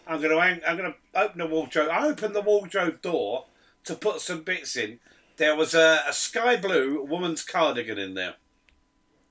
S2: I'm gonna, hang, I'm gonna open the wardrobe. I opened the wardrobe door to put some bits in. There was a, a sky blue woman's cardigan in there.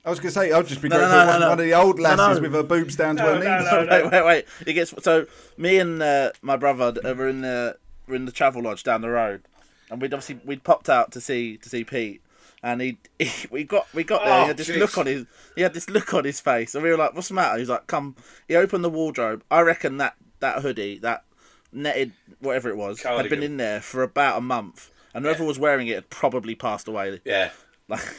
S1: I was going to say, I'll just be
S3: No,
S1: grateful
S3: no, no,
S1: one,
S3: no.
S1: one of the old
S3: No, no.
S1: lasses with her boobs down to
S2: No,
S1: her
S2: no,
S1: knees.
S2: no.
S3: wait, wait, wait. It gets so. Me and uh, my brother d- were in the were in the travel lodge down the road, and we'd obviously we'd popped out to see to see Pete, and he, he we got we got there.
S2: Oh,
S3: he had this
S2: jeez.
S3: look on his he had this look on his face, and we were like, "What's the matter?" He's like, "Come." He opened the wardrobe. I reckon that that hoodie that netted whatever it was had
S2: Cardigan.
S3: been in there for about a month, and whoever was wearing it had probably passed away.
S2: Yeah.
S3: Like,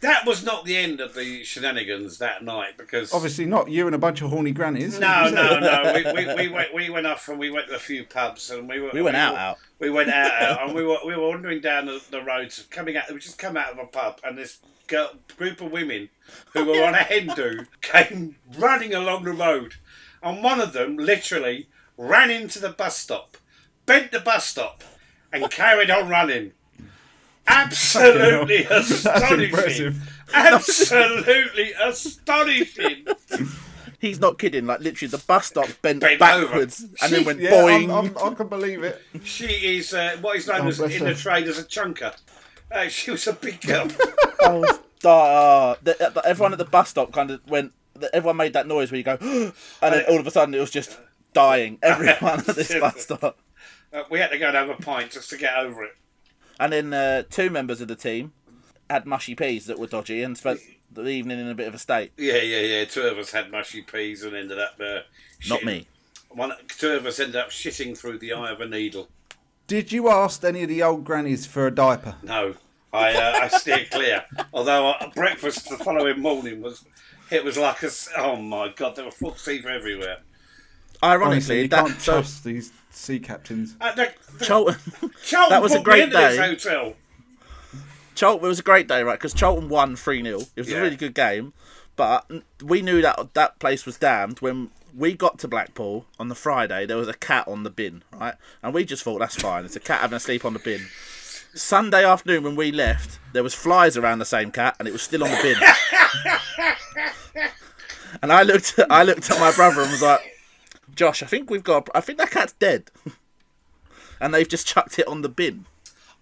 S2: That was not the end of the shenanigans that night because
S1: Obviously not. You and a bunch of horny grannies.
S2: No, no, no. We, we, we went we went off and we went to a few pubs and we were
S3: We went out, out.
S2: We went out, out and we were we were wandering down the, the roads, coming out. We just come out of a pub and this girl, group of women who were on a Hindu came running along the road, and one of them literally ran into the bus stop, bent the bus stop, and carried on running. Absolutely astonishing.
S1: impressive.
S2: Absolutely astonishing.
S3: He's not kidding. Like literally, the bus stop bent,
S2: Bent over.
S3: backwards and then went
S1: yeah,
S3: boing.
S1: I'm, I'm, I can believe it.
S2: She is uh, what is known
S1: Oh,
S2: as
S1: bless
S2: in the
S1: her.
S2: trade as a chunker. Uh, she was a big girl.
S3: I was- uh, the, the- everyone at the bus stop kind of went. The, everyone made that noise where you go, and then all of a sudden it was just dying. Everyone at this bus stop.
S2: Uh, we had to go and have a pint just to get over it.
S3: And then uh, two members of the team had mushy peas that were dodgy and spent the evening in a bit of a state.
S2: Yeah, yeah, yeah. Two of us had mushy peas and ended up. Uh,
S3: Not
S2: shitting-
S3: me.
S2: One, two of us ended up shitting through the eye of a needle.
S1: Did you ask any of the old grannies for a diaper?
S2: No, I uh, I steer clear. Although uh, breakfast the following morning was, it was like a s- oh my god, there were foot fever everywhere.
S3: Ironically,
S1: Honestly, you
S3: that
S1: can't
S3: so,
S1: trust these sea captains.
S2: Uh, the, the,
S3: Charlton.
S2: Charlton
S3: that was a
S2: put me
S3: great
S2: into this
S3: day.
S2: hotel.
S3: Charlton, it was a great day, right? Because Charlton won 3 0. It was
S2: Yeah.
S3: a really good game. But we knew that that place was damned when we got to Blackpool on the Friday. There was a cat on the bin, right? And we just thought, that's fine. It's a cat having a sleep on the bin. Sunday afternoon when we left, there was flies around the same cat, and it was still on the bin. and I looked, I looked at my brother and was like, "Josh, I think we've got. I think that cat's dead." and they've just chucked it on the bin.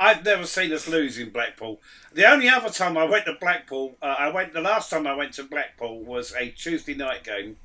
S2: I've never seen us lose in Blackpool. The only other time I went to Blackpool, uh, I went the last time I went to Blackpool was a Tuesday night game.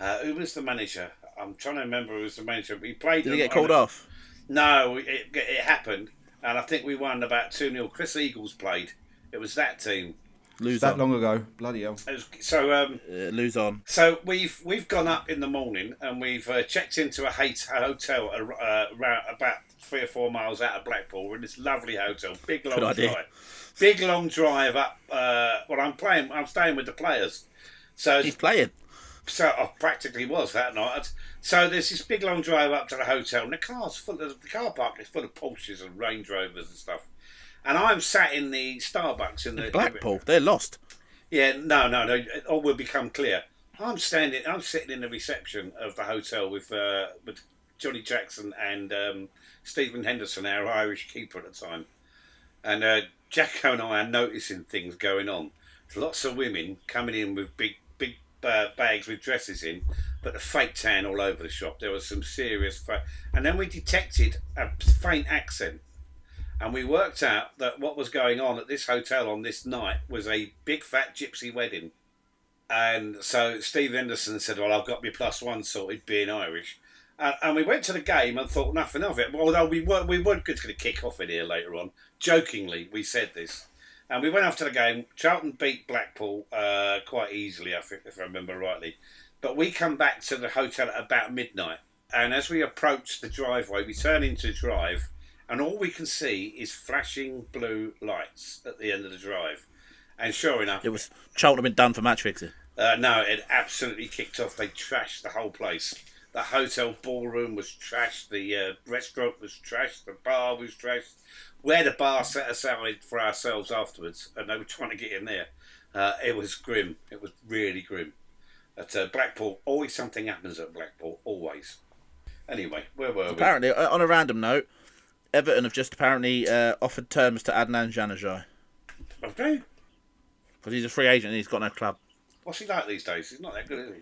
S2: Uh, who was the manager? I'm trying to remember who was the manager. We played.
S3: Did it
S2: them
S3: get
S2: on
S3: called
S2: a-
S3: off?
S2: No, it, it happened, and I think we won about two 0 Chris Eagles played. It was that team.
S3: Lose
S1: That
S3: on.
S1: long ago, bloody hell.
S2: It was, so um,
S3: Uh, lose on.
S2: So we've we've gone up in the morning and we've uh, checked into a hate a hotel uh, uh, round about three or four miles out of Blackpool. We're in this lovely hotel, big long
S3: Good idea.
S2: drive, big long drive up. Uh, well, I'm playing, I'm staying with the players, so
S3: He's playing.
S2: so I practically was that night. So there's this big long drive up to the hotel, and the car's full of the car park is full of Porsches and Range Rovers and stuff. And I'm sat in the Starbucks in the
S3: Blackpool, they're lost.
S2: yeah, no, no, no. It all will become clear. I'm standing. I'm sitting in the reception of the hotel with uh, with Johnny Jackson and um, Stephen Henderson, our Irish keeper at the time, and uh, Jacko and I are noticing things going on. There's lots of women coming in with big big uh, bags with dresses in, but a fake tan all over the shop. There was some serious, fa- and then we detected a faint accent and we worked out that what was going on at this hotel on this night was a big fat gypsy wedding. And so Steve Henderson said, Well, I've got my plus one sorted being Irish. And, and we went to the game and thought nothing of it. Although we were, we were going to kick off in here later on. Jokingly, we said this. And we went after the game. Charlton beat Blackpool uh, quite easily, I think, if I remember rightly. But we come back to the hotel at about midnight. And as we approach the driveway, we turn into drive. And all we can see is flashing blue lights at the end of the drive. And sure enough,
S3: It was Charlton had been done for match fixing.
S2: uh, no, it absolutely kicked off. They trashed the whole place. The hotel ballroom was trashed. The uh, restaurant was trashed. The bar was trashed. We had a bar set aside for ourselves afterwards, and they were trying to get in there. Uh, it was grim. It was really grim. At uh, Blackpool, always something happens at Blackpool. Always. Anyway, where were we?
S3: Apparently, uh, on a random note, Everton have just apparently uh, offered terms to Adnan Januzaj
S2: Okay.
S3: because he's a free agent and he's got no club.
S2: What's he like these days? He's not that good, is he?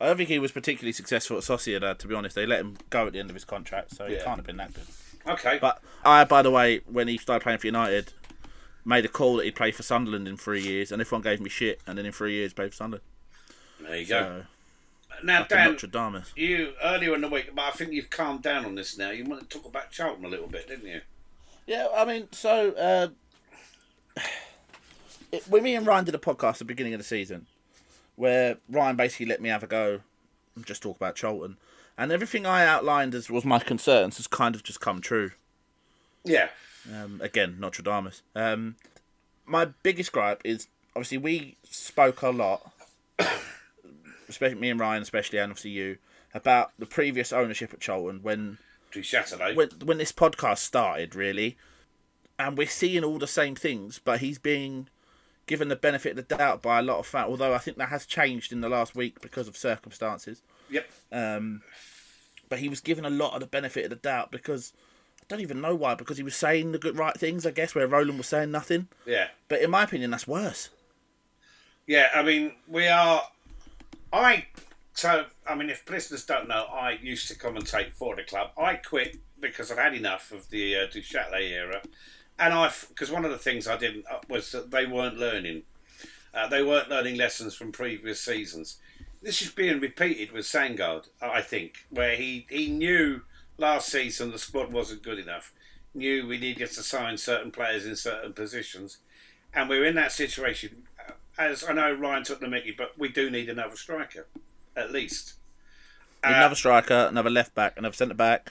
S3: I don't think he was particularly successful at Sociedad, to be honest. They let him go at the end of his contract, so he
S2: Yeah.
S3: can't have been that good.
S2: Okay.
S3: But I, by the way, when he started playing for United, made a call that he'd play for Sunderland in three years, and everyone gave me shit, and then in three years played for Sunderland.
S2: there you
S3: So,
S2: go. now,
S3: to
S2: Dan,
S3: Notre Dame.
S2: You earlier in the week, but I think you've calmed down on this now. You want to talk about Charlton a little bit, didn't you?
S3: Yeah, I mean, so uh, it, when me and Ryan did a podcast at the beginning of the season, where Ryan basically let me have a go and just talk about Charlton, and everything I outlined as was my concerns has kind of just come true.
S2: Yeah.
S3: Um, again, Notre Dame. Um, my biggest gripe is obviously we spoke a lot, especially me and Ryan, especially, and obviously you, about the previous ownership at Charlton when
S2: To Saturday.
S3: when when this podcast started, really, and we're seeing all the same things, but he's being given the benefit of the doubt by a lot of fans. Although I think that has changed in the last week because of circumstances.
S2: yep.
S3: But he was given a lot of the benefit of the doubt because I don't even know why. Because he was saying the good right things, I guess, where Roland was saying nothing.
S2: Yeah.
S3: But in my opinion, that's worse.
S2: Yeah. I mean, we are. I. So, I mean, if listeners don't know, I used to commentate for the club. I quit because I've had enough of the uh, Du Châtelet era. And I, because one of the things I didn't uh, was that they weren't learning. Uh, they weren't learning lessons from previous seasons. this is being repeated with Sangard, I think, where he, he knew last season the squad wasn't good enough, knew we needed to sign certain players in certain positions, and we're in that situation. Uh, As I know Ryan took the mickey, but we do need another striker, at least. Uh,
S3: another striker, another left back, another centre back.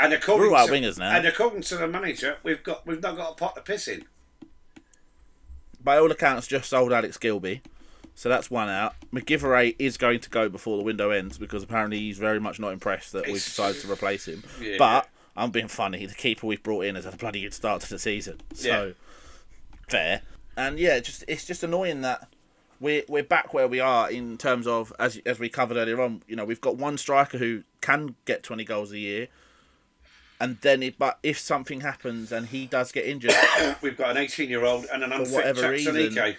S2: and according
S3: We're all
S2: to,
S3: wingers now.
S2: And according to the manager, we've got we've not got a pot to piss in.
S3: By all accounts, just sold Alex Gilby, so that's one out. McGivray is going to go before the window ends because apparently he's very much not impressed that we've
S2: It's-
S3: decided to replace him.
S2: Yeah.
S3: But I'm being funny. The keeper we've brought in has had a bloody good start to the season, so
S2: Yeah.
S3: fair. And yeah, just it's just annoying that we're we're back where we are in terms of as as we covered earlier on. You know, we've got one striker who can get twenty goals a year, and then it, but if something happens and he does get injured,
S2: We've got an 18 year old and an unfit
S3: whatever
S2: Jackson
S3: reason,
S2: Ike.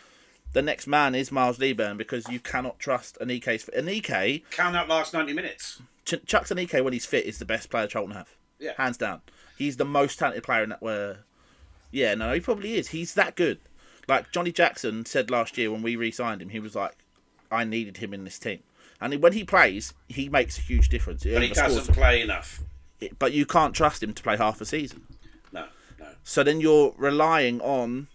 S3: the next man is Miles Lieberman because you cannot trust an EK's fit. An EK,
S2: Count out last 90 minutes.
S3: Ch- Chuck's an EK when he's fit is the best player Charlton have.
S2: Yeah.
S3: Hands down. He's the most talented player in that where Yeah, no, he probably is. He's that good. Like Johnny Jackson said last year when we re signed him, he was like, I needed him in this team. And when he plays, he makes a huge difference.
S2: But he doesn't play enough.
S3: but you can't trust him to play half a season.
S2: No, no.
S3: So then you're relying on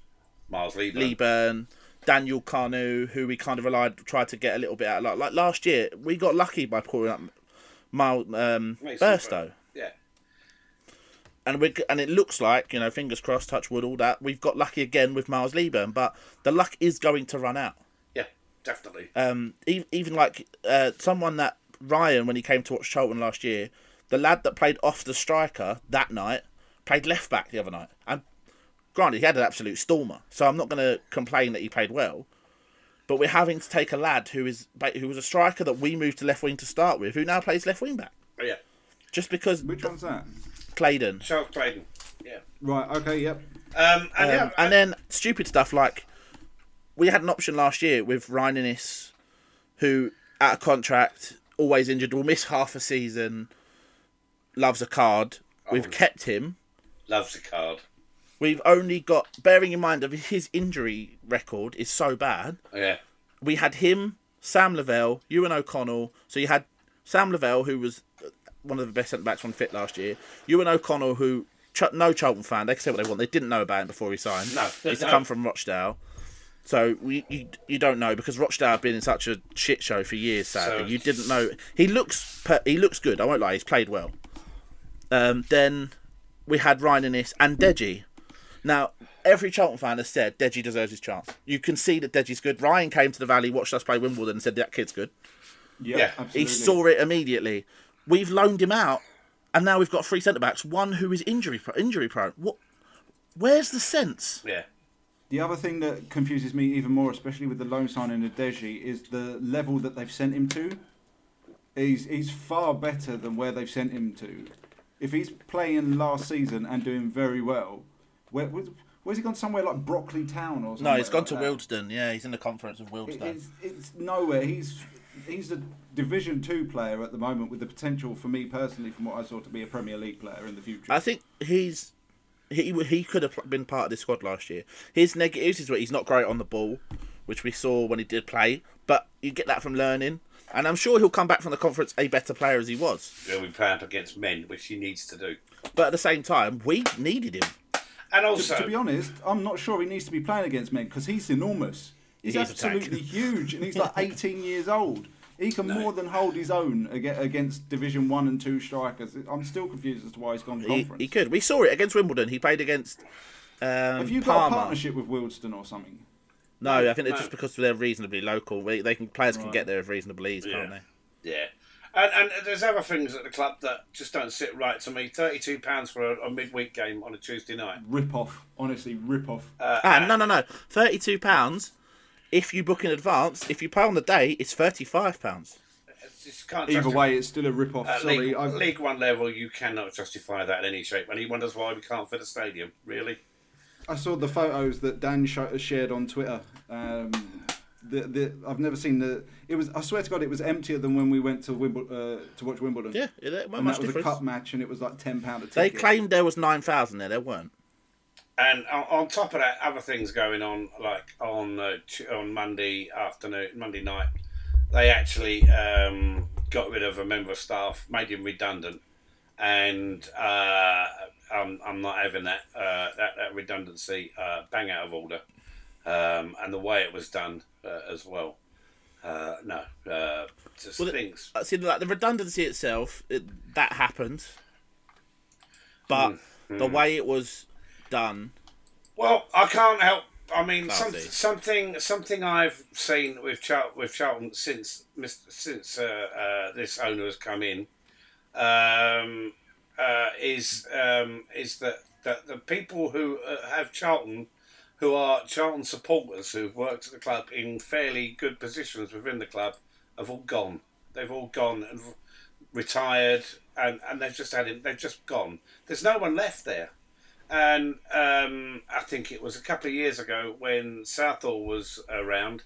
S2: Miles Lieber.
S3: Lee Burn, Daniel Carnu, who we kind of relied tried to get a little bit out of luck. Like last year, we got lucky by pouring up Miles um,
S2: Mason
S3: Burstow,
S2: Bur- Yeah.
S3: and we and it looks like you know, fingers crossed, touch wood, all that. We've got lucky again with Miles Lieburn, but the luck is going to run out.
S2: Yeah, definitely.
S3: Um, e- even like uh, someone that Ryan, when he came to watch Charlton last year, the lad that played off the striker that night played left back the other night. And granted, he had an absolute stormer, so I'm not going to complain that he played well. But we're having to take a lad who is ba- who was a striker that we moved to left wing to start with, who now plays left wing back,
S2: Oh, yeah.
S3: just because
S1: Which one's that?
S3: Claydon.
S2: Charles Clayton. Yeah.
S1: Right. Okay. Yep.
S2: Um, and, yeah,
S3: Um, and then stupid stuff like we had an option last year with Ryan Innes, who out of contract, always injured, will miss half a season, loves a card. We've kept him.
S2: loves a card.
S3: We've only got, bearing in mind of his injury record is so bad.
S2: Yeah.
S3: We had him, Sam Lavelle, Ewan O'Connell. So you had Sam Lavelle, who was uh, one of the best centre backs on fit last year. Ewan O'Connell, who ch- no Charlton fan, they can say what they want. They didn't know about him before he signed.
S2: No,
S3: he's
S2: no.
S3: come from Rochdale. So we, you you don't know because Rochdale have been in such a shit show for years. Sadly,
S2: So-
S3: you didn't know he looks per- he looks good. I won't lie, he's played well. Um, then we had Ryan Innes and Deji. Now every Charlton fan has said Deji deserves his chance. You can see that Deji's good. Ryan came to the Valley, watched us play Wimbledon, and said that kid's good.
S1: Yep,
S2: Yeah.
S1: Absolutely.
S3: He saw it immediately. We've loaned him out, and now we've got three centre backs. One who is injury pro- injury prone. What? Where's the sense?
S2: Yeah.
S1: The other thing that confuses me even more, especially with the loan signing of Deji, is the level that they've sent him to. He's he's far better than where they've sent him to. If he's playing last season and doing very well, where, where's, where's he gone? Somewhere like Broccoli Town or something?
S3: No, he's gone to Wildston. Yeah, he's in the conference of Wildston.
S1: It's, it's nowhere. He's he's a Division Two player at the moment with the potential for me personally, from what I saw, to be a Premier League player in the future.
S3: I think he's he he could have been part of this squad last year. His negatives is that he's not great on the ball, which we saw when he did play. But you get that from learning, and I'm sure he'll come back from the conference a better player as he was.
S2: He'll be playing up against men, which he needs to do.
S3: But at the same time, we needed him.
S2: And
S1: to,
S2: also,
S1: to be honest, I'm not sure he needs to be playing against men because he's enormous. He's
S3: He is a tank.
S1: absolutely huge, and he's like 18 years old. He can more than hold his own aga- against Division One and Two strikers. I'm still confused as to why he's gone
S3: He,
S1: conference.
S3: he could. We saw it against Wimbledon. He played against. Um,
S1: Have you got a
S3: Parma.
S1: partnership with Wildston or something?
S3: No, I think they're
S2: No.
S3: just because they're reasonably local. We, they can players can get there with reasonable ease, can't
S2: Yeah.
S3: they?
S2: yeah. And, and there's other things at the club that just don't sit right to me. £32 for a, a midweek game on a Tuesday night.
S1: Rip off, honestly, rip off. uh,
S3: Ah, no, no, no. Thirty-two pounds. If you book in advance, if you pay on the day, it's thirty-five pounds.
S2: It's, it's can't
S1: Either
S2: justify-
S1: way, it's still a rip off.
S3: Uh,
S2: At
S1: Sorry,
S2: league,
S1: I,
S2: league One level, you cannot justify that in any shape. And he wonders why we can't fit a stadium. Really?
S1: I saw the photos that Dan sh- shared on Twitter. Um, the, the, I've never seen the. It was. I swear to God, it was emptier than when we went to Wimbledon uh, to watch Wimbledon.
S3: Yeah, it it weren't
S1: and
S3: much
S1: that was a
S3: difference.
S1: cup match, and it was like ten pound a ticket.
S3: They claimed there was nine thousand there. There weren't.
S2: And on, on top of that, other things going on, like on uh, Tu- on Monday afternoon, Monday night, they actually um, got rid of a member of staff, made him redundant, and uh, I'm, I'm not having that uh, that, that redundancy uh, bang out of order, um, and the way it was done uh, as well. Uh, no, uh, just
S3: Well, it-
S2: things.
S3: Uh, See, like the redundancy itself, it, that happened, but
S2: Mm-hmm.
S3: the way it was done,
S2: Well, I can't help. I mean, some,
S3: Classy.
S2: something something I've seen with Char- with Charlton since Mr. since uh, uh, this owner has come in um, uh, is um, is that, that the people who uh, have Charlton, who are Charlton supporters who've worked at the club in fairly good positions within the club, have all gone. They've all gone and retired, and, and they've just had him. They've just gone. There's no one left there and um, I think it was a couple of years ago when Southall was around.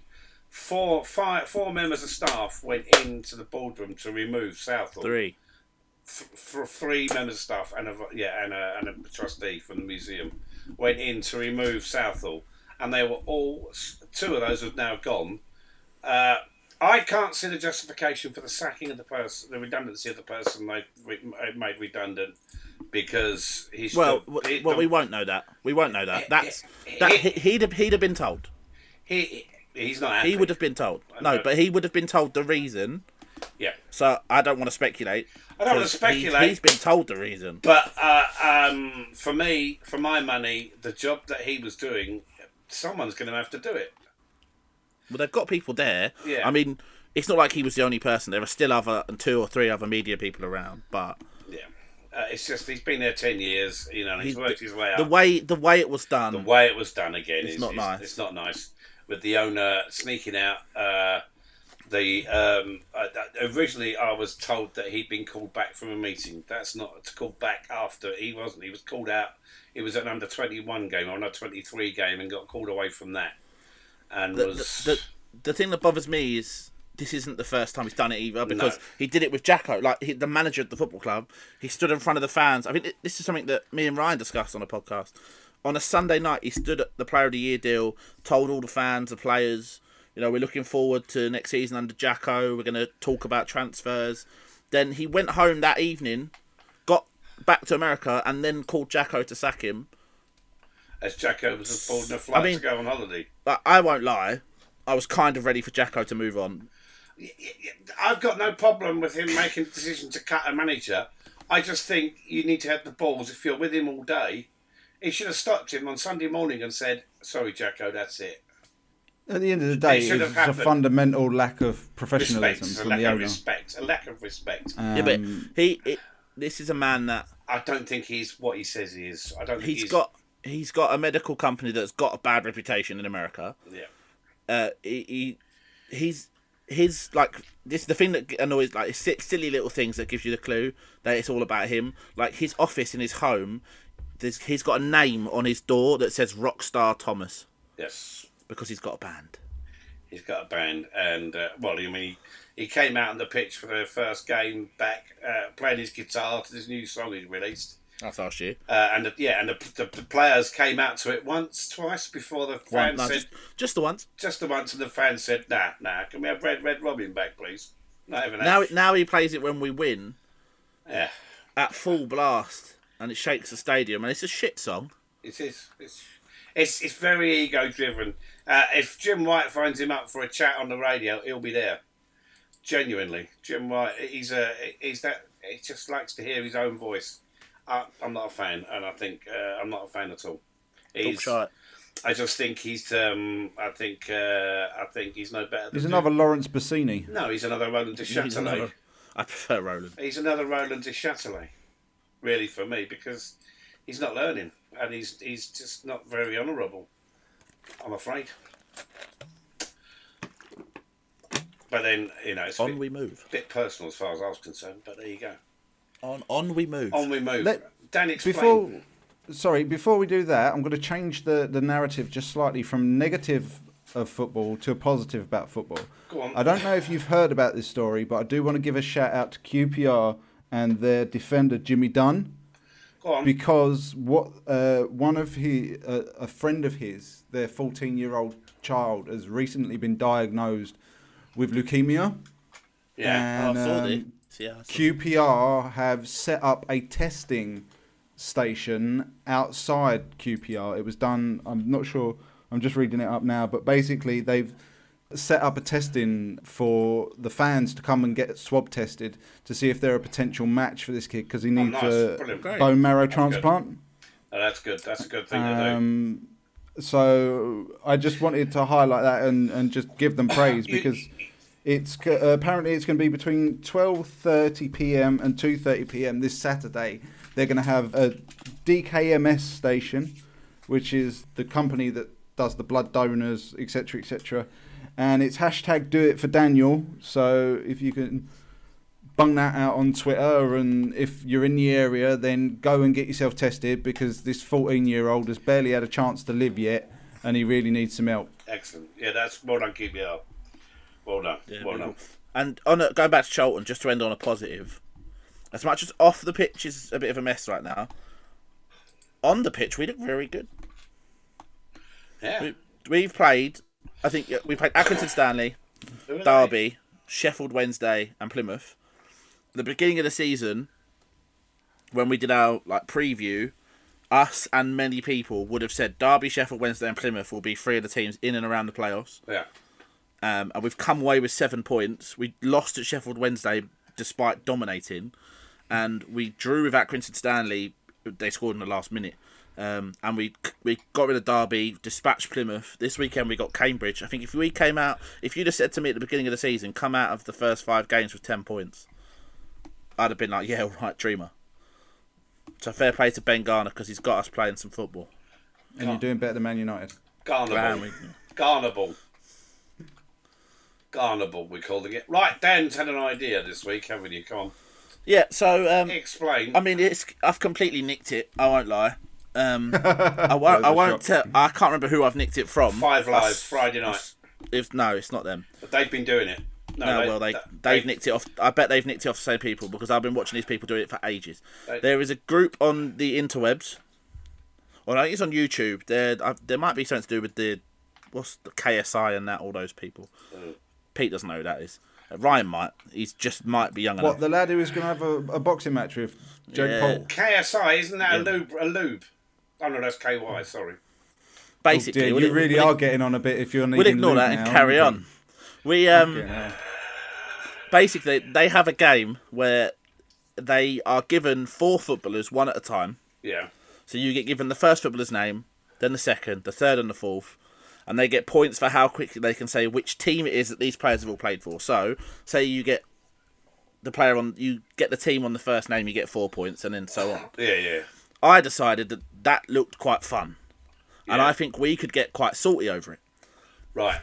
S2: Four, five, four members of staff went into the boardroom to remove Southall.
S3: three.
S2: Th- th- three members of staff and a v- yeah and a, and a trustee from the museum went in to remove Southall, and they were all s- two of those have now gone. Uh, I can't see the justification for the sacking of the person, the redundancy of the person they re- made redundant, because he's
S3: Well,
S2: the-
S3: w-
S2: he-
S3: well,
S2: the-
S3: we won't know that. We won't know that. That's that.
S2: eh, eh.
S3: he- He'd have, he'd have been told.
S2: He he's not happy.
S3: He would have been told. No,
S2: know.
S3: but he would have been told the reason.
S2: Yeah,
S3: So I don't want to speculate.
S2: I don't want to
S3: 'cause he-
S2: speculate.
S3: he's been told the reason.
S2: but uh, um, for me, for my money, the job that he was doing, someone's going to have to do it.
S3: Well, they've got people there.
S2: Yeah.
S3: I mean, it's not like he was the only person. There are still other and two or three other media people around, but
S2: Yeah, uh, it's just he's been there ten years, you know, and he's,
S3: He's-
S2: worked his way up.
S3: the way the way it was done.
S2: the way it was done again is
S3: not
S2: is-
S3: nice.
S2: It's not nice with the owner sneaking out. Uh, the um, uh, that- originally I was told that he'd been called back from a meeting. That's not called back after he wasn't. He was called out. He was at an under twenty one game or an under twenty three game and got called away from that. And
S3: the,
S2: was
S3: the, the thing that bothers me is this isn't the first time he's done it either because
S2: No.
S3: he did it with Jacko, like he, the manager of the football club. He stood in front of the fans. I mean, it- this is something that me and Ryan discussed on a podcast. On a Sunday night, he stood at the Player of the Year deal, told all the fans, the players, you know, we're looking forward to next season under Jacko. We're going to talk about transfers. Then he went home that evening, got back to America, and then called Jacko to sack him.
S2: as Jacko was boarding a flight
S3: I mean-
S2: to go on holiday.
S3: But I won't lie, I was kind of ready for Jacko to move on
S2: I've got no problem with him making the decision to cut a manager. I just think you need to have the balls if you're with him all day. He should have stopped him on Sunday morning and said, "Sorry, Jacko, that's it."
S1: At the end of the day,
S2: It should
S1: it's
S2: have
S1: a
S2: happened.
S1: fundamental lack of
S2: Respect,
S1: professionalism
S2: a
S1: from
S2: lack
S1: the
S2: of
S1: owner.
S2: respect, a lack of respect.
S3: Yeah, but
S2: Um,
S3: he, it, this is a man that
S2: I don't think he's what he says he is. I don't think he's,
S3: he's got. He's got a medical company that's got a bad reputation in America.
S2: Yeah,
S3: Uh, he, he he's his like this. The thing that annoys like it's si- silly little things that gives you the clue that it's all about him. Like his office in his home, there's, he's got a name on his door that says Rockstar Thomas
S2: yes,
S3: because he's got a band.
S2: he's got a band, and uh, well, I mean, he, he came out on the pitch for the first game back, uh, playing his guitar to this new song he released.
S3: That's last year.
S2: Uh, and the, yeah, and the, the, the players came out to it once, twice before the
S3: One,
S2: fans
S3: no,
S2: said,
S3: just, just the once.
S2: just the once, and the fans said, "Nah, nah, can we have Red Red Robin back, please?" Not even
S3: Now,
S2: that.
S3: now he plays it when we win
S2: Yeah,
S3: at full blast, and it shakes the stadium. And it's a shit song.
S2: it is. It's it's it's very ego driven. Uh, if Jim White finds him up for a chat on the radio, he'll be there. Genuinely, Jim White, he's a he's that he just likes to hear his own voice. I, I'm not a fan, and I think uh, I'm not a fan at all.
S3: Talk
S2: He's,
S3: shy.
S2: I just think he's. Um, I think. Uh, I think he's no better. Than
S1: He's
S2: Jim.
S1: another Lawrence Bassini.
S2: No, he's another Roland de Chatelet.
S3: He's another- I prefer Roland.
S2: he's another Roland de Chatelet, really for me, because he's not learning and he's he's just not very honourable. I'm afraid. But then you know it's a
S3: On
S2: bit,
S3: we move.
S2: bit personal as far as I was concerned. But there you go.
S3: On on we move.
S2: On we move.
S1: Let-
S2: Dan, explain.
S1: Before, sorry, before we do that, I'm going to change the, the narrative just slightly from negative of football to a positive about football.
S2: Go on.
S1: I don't know if you've heard about this story, but I do want to give a shout out to QPR and their defender Jimmy Dunn
S2: Go on.
S1: because what uh, one of his uh, a friend of his, their 14 year old child, has recently been diagnosed with leukemia.
S2: Yeah.
S3: Oh, I
S1: And,
S3: saw
S1: um,
S3: it. Yeah, I saw it.
S1: QPR have set up a testing station outside QPR. It was done, I'm not sure, I'm just reading it up now, but basically they've set up a testing for the fans to come and get swab tested to see if they're a potential match for this kid because he needs
S2: Oh, nice.
S1: a
S2: Brilliant. Great.
S1: bone marrow
S2: good.
S1: transplant.
S2: Oh, that's good. That's a good thing to do.
S1: Um, so I just wanted to highlight that and, and just give them praise
S2: You-
S1: because it's c- uh, apparently it's going to be between 12:30 p.m. and 2:30 p.m. this Saturday. They're going to have a DKMS station, which is the company that does the blood donors, etc., etc. And it's hashtag Do It for Daniel. So if you can bung that out on Twitter. And if you're in the area, then go and get yourself tested because this 14 year old has barely had a chance to live yet and he really needs some help.
S2: Excellent. Yeah, that's well done, QPR. Well done.
S3: Yeah,
S2: well
S3: we
S2: done.
S3: will. And on a, going back to Charlton, just to end on a positive, as much as off the pitch is a bit of a mess right now, on the pitch we look very good.
S2: Yeah.
S3: We've played, I think yeah, we played Accrington Stanley,
S2: Who are they?
S3: Derby, Sheffield Wednesday, and Plymouth. The beginning of the season, when we did our like preview, us and many people would have said Derby, Sheffield Wednesday, and Plymouth will be three of the teams in and around the playoffs.
S2: Yeah.
S3: Um, and we've come away with seven points. We lost at Sheffield Wednesday despite dominating, and we drew with Accrington Stanley. They scored in the last minute, um, and we we got rid of Derby, dispatched Plymouth. This weekend we got Cambridge. I think if we came out, if you'd have said to me at the beginning of the season, come out of the first five games with ten points, I'd have been like, yeah, all right, dreamer. So fair play to Ben Garner because he's got us playing some football.
S1: And you're doing better than Man United.
S3: Bam, we-
S2: Garnable. Garnable. Garnable, we're calling it. Right, Dan's had an idea this week, haven't you? Come on.
S3: Yeah. So um,
S2: Explain.
S3: I mean, it's I've completely nicked it. I won't lie. Um, I won't. I
S1: a
S3: won't tell. I can't remember who I've nicked it from.
S2: Five Live,
S3: That's-
S2: Friday night. Oh,
S3: If no, it's not them.
S2: But they've been doing it. No,
S3: No, well, they they've nicked it off. I bet they've nicked it off the same people because I've been watching these people do it for ages.
S2: They-
S3: There is a group on the interwebs. Well, I think it's on YouTube. There, I, there might be something to do with the what's the KSI and that all those people.
S2: Mm.
S3: Pete doesn't know who that is. Ryan might. He's just might be young enough.
S1: What, the oh, lad who is going to have a, a boxing match with Joe
S3: Yeah.
S1: Paul?
S2: KSI, isn't that a lube? A lube? Oh, no, that's
S3: Mm.
S2: KY, sorry.
S3: Basically,
S1: Dear,
S3: we'll- e-,
S1: you really
S3: we'll-
S1: are getting on a bit if you're needing
S3: we'll ignore
S1: lube
S3: that and
S1: now,
S3: carry
S1: aren't
S3: on. We um.
S1: you? Yeah.
S3: basically they have a game where they are given four footballers one at a time.
S2: Yeah.
S3: So you get given the first footballer's name, then the second, the third, and the fourth, and they get points for how quickly they can say which team it is that these players have all played for. So say you get the player on, you get the team on the first name, you get four points, and then so on.
S2: Yeah, yeah.
S3: I decided that that looked quite fun, and
S2: Yeah.
S3: I think we could get quite salty over it.
S2: Right.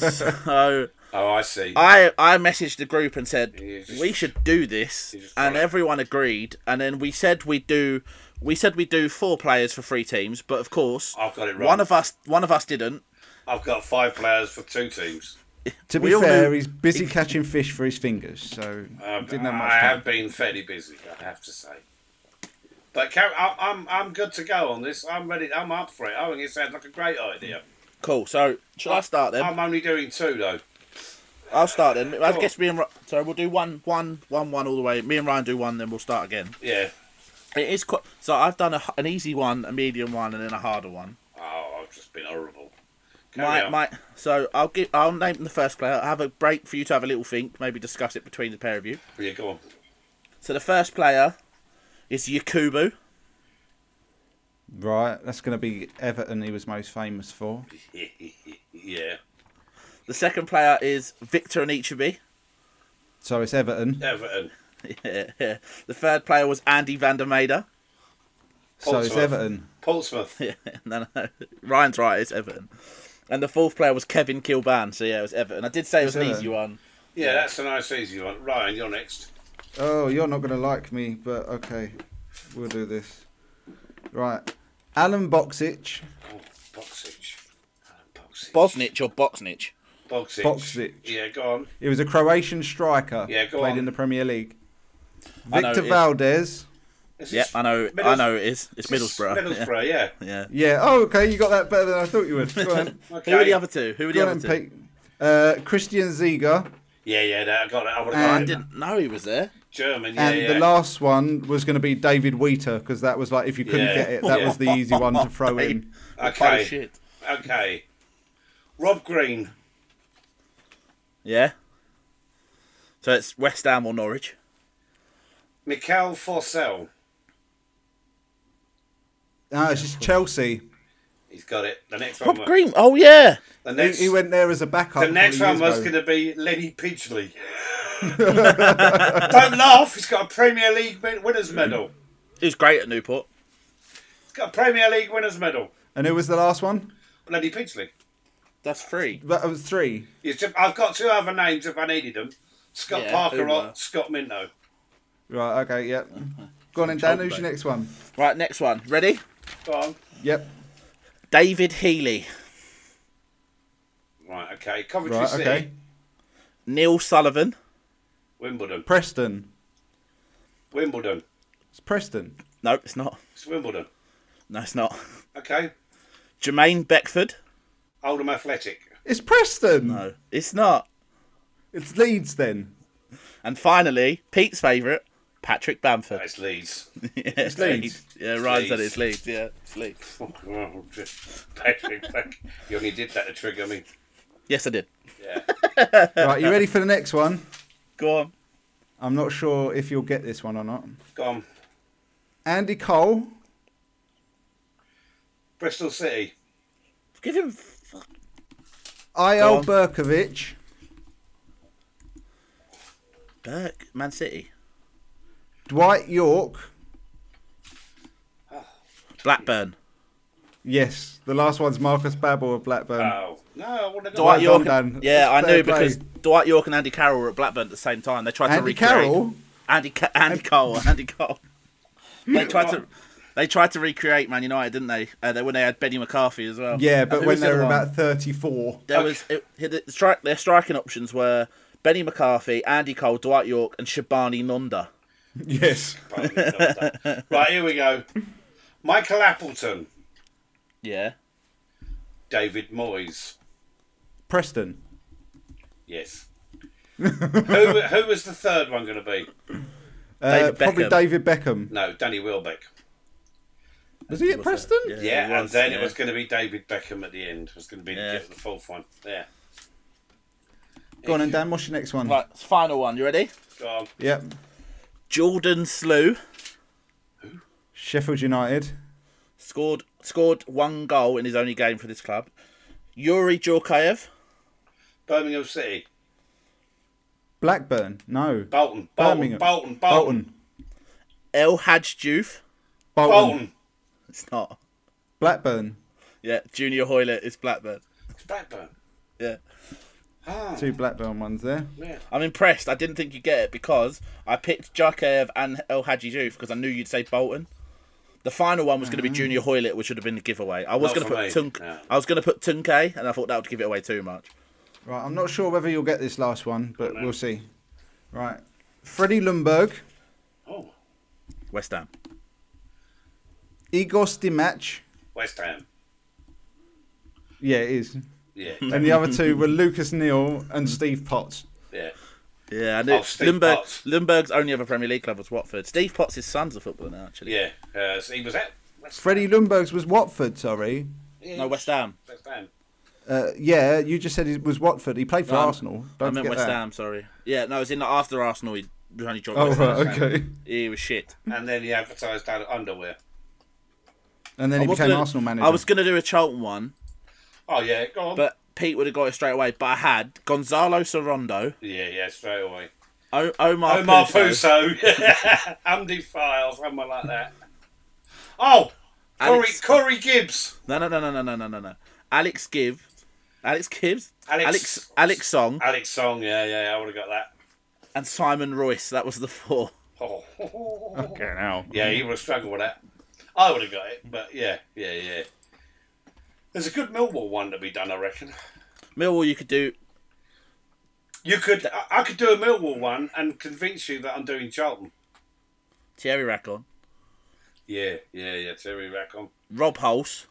S3: So
S2: oh, I see.
S3: I I messaged the group and said
S2: You just-
S3: we should do this,
S2: you just
S3: and
S2: follow.
S3: everyone agreed. And then we said we do. We said we do four players for three teams, but of course,
S2: I've got it wrong.
S3: one of us one of us didn't.
S2: I've got five players for two teams.
S1: To
S3: We
S1: be
S3: all
S1: fair,
S3: knew-
S1: he's busy catching fish for his fingers, so
S2: Um,
S1: didn't have much
S2: I
S1: time.
S2: have been fairly busy, I have to say. But Car- I- I'm I'm good to go on this. I'm ready. I'm up for it. Oh, I think it sounds like a great idea.
S3: Cool. So shall I start then?
S2: I'm only doing two though.
S3: I'll start then. I
S2: Cool.
S3: guess me and Ri- so we'll do one, one, one, one all the way. Me and Ryan do one, then we'll start again.
S2: Yeah.
S3: It is quite. So I've done a, h- an easy one, a medium one, and then a harder one.
S2: Oh, I've just been horrible. Carry
S3: My,
S2: on.
S3: my, so I'll give. I'll name the first player. I'll have a break for you to have a little think. Maybe discuss it between the pair of you.
S2: Yeah, go on.
S3: So the first player is Yakubu.
S1: Right, that's going to be Everton he was most famous for.
S2: yeah.
S3: The second player is Victor Anichebe.
S1: So it's
S2: Oh,
S1: Everton.
S2: Everton.
S3: the third player was Andy Vandermeida.
S1: So it's
S2: Portsmouth.
S1: Everton.
S2: Portsmouth.
S3: no, no, Ryan's right. It's Everton. And the fourth player was Kevin Kilban. So yeah, it was Everton. I did say it was an
S1: Everton.
S3: easy one.
S2: Yeah, that's a nice easy one. Ryan, you're next.
S1: Oh, you're not going to like me, but okay. We'll do this. Right. Alan Boxic.
S2: Oh, Boxic. Alan Boxic.
S3: Bosnich or Boxnich?
S2: Boxic.
S1: Boxic.
S2: Yeah, go on.
S1: He was a Croatian striker.
S2: Yeah, go
S1: Played
S2: on.
S1: in the Premier League.
S3: I know
S1: Victor
S3: it is.
S1: Valdez.
S2: This
S3: Yeah,
S2: is
S3: I know. I
S2: Middles-
S3: know it is. It's Middlesbrough.
S2: Middlesbrough, yeah.
S3: Yeah. yeah.
S1: Yeah, oh, okay, you got that better than I thought you would. Go on.
S2: Okay.
S3: Who are the other two? Who are the
S1: Go
S3: other
S1: on,
S3: two?
S1: Pete. Uh, Christian Ziga,
S2: Yeah, yeah, that, I got it. I
S1: And-
S2: would
S3: Oh, I
S2: have got it.
S3: didn't know he was there.
S2: German, yeah,
S1: and
S2: yeah.
S1: the last one was going to be David Wheater because that was like if you couldn't
S2: Yeah.
S1: get it, that was the easy one to throw in.
S2: Okay.
S3: Oh, shit.
S2: Okay. Rob Green.
S3: Yeah. So it's West Ham or Norwich.
S2: Mikel Forsell.
S1: Ah, it's just Chelsea.
S2: He's got it. The next one.
S3: Rob
S2: was-
S3: Green. Oh yeah.
S2: The
S1: He,
S2: next,
S1: he went there as a backup.
S2: the next one was going
S1: going to.
S2: to be Lenny Pidgley. Don't laugh. He's got a Premier League win- winners medal.
S3: He was great at Newport.
S2: He's got a Premier League winners medal.
S1: And who was the last one?
S2: Lenny Pidgley.
S3: That's three.
S1: That was three.
S2: He's just, I've got two other names if I needed them. Scott
S3: Yeah,
S2: Parker
S3: who uh,
S2: or
S3: were?
S2: Scott Minto.
S1: Right. Okay. Yep. Go on, and Dan. Who's your
S3: Chocolate.
S1: next one?
S3: Right, next one. Ready?
S2: Go on.
S1: Yep.
S3: David Healy,
S2: Right, okay. Coventry
S1: Right.
S2: City,
S1: Okay.
S3: Neil Sullivan,
S2: Wimbledon.
S1: Preston.
S2: Wimbledon.
S1: It's Preston.
S3: Nope, it's not.
S2: It's Wimbledon.
S3: No, it's not.
S2: Okay.
S3: Jermaine Beckford.
S2: Oldham Athletic.
S1: It's Preston.
S3: No, it's not.
S1: It's Leeds then.
S3: And finally, Pete's favourite, Patrick Bamford.
S2: That's Leeds.
S3: yeah, it's
S1: Leeds.
S3: Yeah, Ryan said
S2: Leeds.
S3: it's Leeds. Yeah, it's Leeds.
S2: Oh, Patrick, back. you only did that to trigger me.
S3: Yes, I did.
S2: Yeah.
S1: Right. You ready for the next one?
S3: Go on.
S1: I'm not sure if you'll get this one or not.
S2: Gone.
S1: Andy Cole.
S2: Bristol City.
S3: Give him. f-
S1: IL
S3: on.
S1: Berkovic.
S3: Burke, Man City,
S1: Dwight York.
S3: Blackburn.
S1: Yes. The last one's Marcus Babel of Blackburn.
S2: Oh. No, I want to go.
S3: Dwight
S1: done,
S3: York.
S1: Dan.
S3: Yeah, I
S1: Fair
S3: knew
S1: play.
S3: because Dwight York and Andy Carroll were at Blackburn at the same time. They tried to
S1: Andy
S3: recreate.
S1: Carroll.
S3: Andy, Ca- Andy Cole, Andy Cole. They tried to, they tried to recreate Man United, didn't they? Uh, they when they had Benny McCarthy as well.
S1: Yeah,
S3: And
S1: but
S3: who
S1: when
S3: was the
S1: they
S3: other
S1: were
S3: one?
S1: about 34.
S3: there was it, it- the strike. Their striking options were Benny McCarthy, Andy Cole, Dwight York, and Shabani Nonda.
S1: Yes.
S2: right, here we go. Michael Appleton.
S3: Yeah,
S2: David Moyes.
S1: Preston.
S2: Yes. who, who was the third one going to be?
S1: Uh,
S3: David
S1: probably
S3: Beckham.
S1: David Beckham.
S2: No, Danny Wilbeck.
S1: Was he at Preston?
S2: Yeah,
S3: he
S2: and then
S3: yeah.
S2: it was going to be David Beckham at the end. It was going to be
S3: Yeah.
S2: the fourth one. Yeah.
S1: Go on, and Dan, what's your next one?
S3: right. Final one. You ready?
S2: Go on.
S1: Yep.
S3: Jordan Slew
S1: Sheffield United.
S3: scored scored one goal in his only game for this club. Yuri Jorkaev,
S2: Birmingham City.
S1: Blackburn. No.
S2: Bolton. Bolton.
S1: Birmingham.
S2: Bolton. Bolton.
S1: Bolton.
S3: El Hadj Diouf.
S1: Bolton.
S2: Bolton.
S3: It's not.
S1: Blackburn.
S3: Yeah, Junior Hoyler is Blackburn.
S2: It's Blackburn.
S3: Yeah.
S2: Ah,
S1: Two Blackburn ones there.
S2: yeah.
S3: I'm impressed. I didn't think you'd get it because I picked Jarkaev and El Hadji Diouf because I knew you'd say Bolton. The final one was going to be Junior Hoylett, which would have been a giveaway. I was
S2: Mm-hmm. Not
S3: going to
S2: for me,
S3: put Tunk.
S2: no.
S3: I was going to put Tunke, and I thought that would give it away too much.
S1: Right, I'm not sure whether you'll get this last one, but we'll see. Right. Freddie Lundberg.
S2: Oh,
S3: West Ham,
S1: Igor Stimac.
S2: West Ham.
S1: Yeah, it is.
S2: Yeah.
S1: And the other two were Lucas Neal and Steve Potts.
S2: yeah.
S3: yeah, I knew
S2: Oh, Steve
S3: Lundberg.
S2: Potts.
S3: Lundberg's only other Premier League club was Watford. Steve Potts' son's a footballer now, actually.
S2: Yeah. Uh, so he was at West
S1: Freddie Lundberg's was Watford, sorry.
S2: Yeah,
S3: No, West Ham.
S2: West Ham.
S1: Uh, yeah, you just said it was Watford. He played for
S3: Um,
S1: Arsenal. Don't
S3: I meant
S1: forget
S3: West
S1: that.
S3: Ham. Sorry. Yeah, no, it was in the after Arsenal. He only joined.
S1: Oh,
S3: West Ham.
S1: right, okay.
S3: He was shit.
S2: And then he advertised out of underwear.
S1: And then he
S3: I was
S1: became
S3: gonna-
S1: Arsenal manager.
S3: I was going to do a Charlton one,
S2: Oh, yeah. Go on.
S3: but Pete would have got it straight away. But I had Gonzalo Sorondo,
S2: yeah, yeah, straight away.
S3: o- Omar,
S2: Omar
S3: Puso,
S2: Puso. Andy File, someone like that. Oh, Corey,
S3: Alex-
S2: Corey Gibbs.
S3: No, no, no, no, no, no, no, no, no. Alex Gibbs, Alex Gibbs,
S2: Alex-
S3: Alex, Alex Song,
S2: Alex Song. Yeah, yeah, I would have got that.
S3: and Simon Royce. That was the four.
S2: Oh.
S1: Okay, now.
S2: Yeah, he would have struggled with that. I would have got it, but yeah, yeah, yeah. There's a good Millwall one to be done, I reckon.
S3: Millwall, you could do.
S2: You could, I- I could do a Millwall one and convince you that I'm doing Charlton.
S3: Thierry Racon,
S2: Yeah, yeah, yeah. Terry Rackham,
S3: Rob Hulse,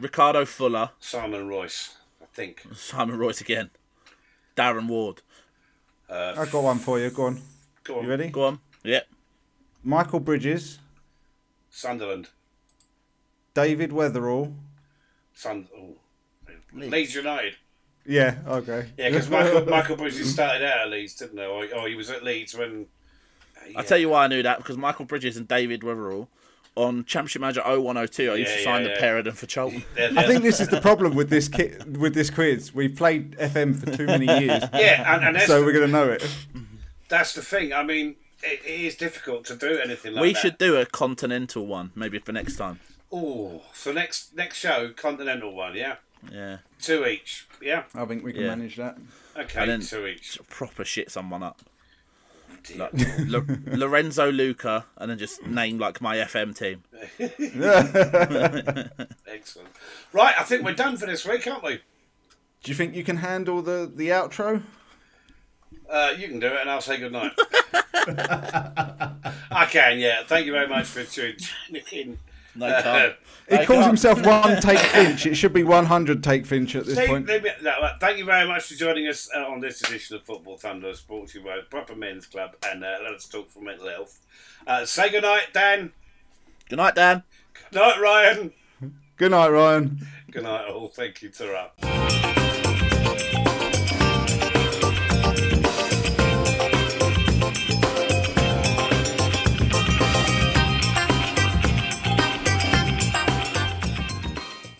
S3: Ricardo Fuller,
S2: Simon Royce, I think.
S3: Simon Royce again. Darren Ward.
S1: I've got one for you. Go on.
S2: Go on.
S1: You ready?
S3: Go on. Yeah.
S1: Michael Bridges,
S2: Sunderland.
S1: David Weatherall.
S2: Sun. Oh. Leeds United.
S1: Yeah, okay.
S2: Yeah, because Michael, Michael Bridges started out at Leeds, didn't they? Or, or he was at Leeds when.
S3: I tell you why I knew that because Michael Bridges and David Weatherall on Championship Manager 0102, I used
S2: Yeah,
S3: to
S2: yeah,
S3: sign
S2: yeah.
S3: the pair of them for Cheltenham.
S2: They're-
S1: I
S2: they're-
S1: think this is the problem with this ki- with this quiz. We've played FM for too many years,
S2: yeah, and, and that's,
S1: so we're gonna know it.
S2: that's the thing. I mean, it, it is difficult to do anything like
S3: we
S2: that.
S3: should do a continental one maybe for next time.
S2: Oh, so next next show, continental one, yeah,
S3: Yeah.
S2: two each, yeah,
S1: I think we can
S3: Yeah.
S1: manage that.
S2: okay,
S3: then-
S2: two each.
S3: Proper shit someone up.
S2: Dear.
S3: Like, Lo- Lorenzo Luca and then just name like my FM team.
S2: Excellent. Right, I think we're done for this week, aren't we?
S1: Do you think you can handle the the outro?
S2: Uh, you can do it, and I'll say goodnight. I can, yeah. Thank you very much for tuning in.
S3: No
S2: Uh,
S3: time.
S1: He
S3: I
S1: calls
S3: can't-
S1: himself one take Finch. It should be one hundred take Finch at this
S2: Thank,
S1: point.
S2: let me- no, uh, thank you very much for joining us uh, on this edition of Football Thunder, brought to you by Proper Men's Club and uh, Let's Talk for Mental Health. Uh, say goodnight, Dan.
S3: Good night, Dan.
S2: Night, Ryan.
S1: Good night, Ryan.
S2: Good night, all. Thank you. ta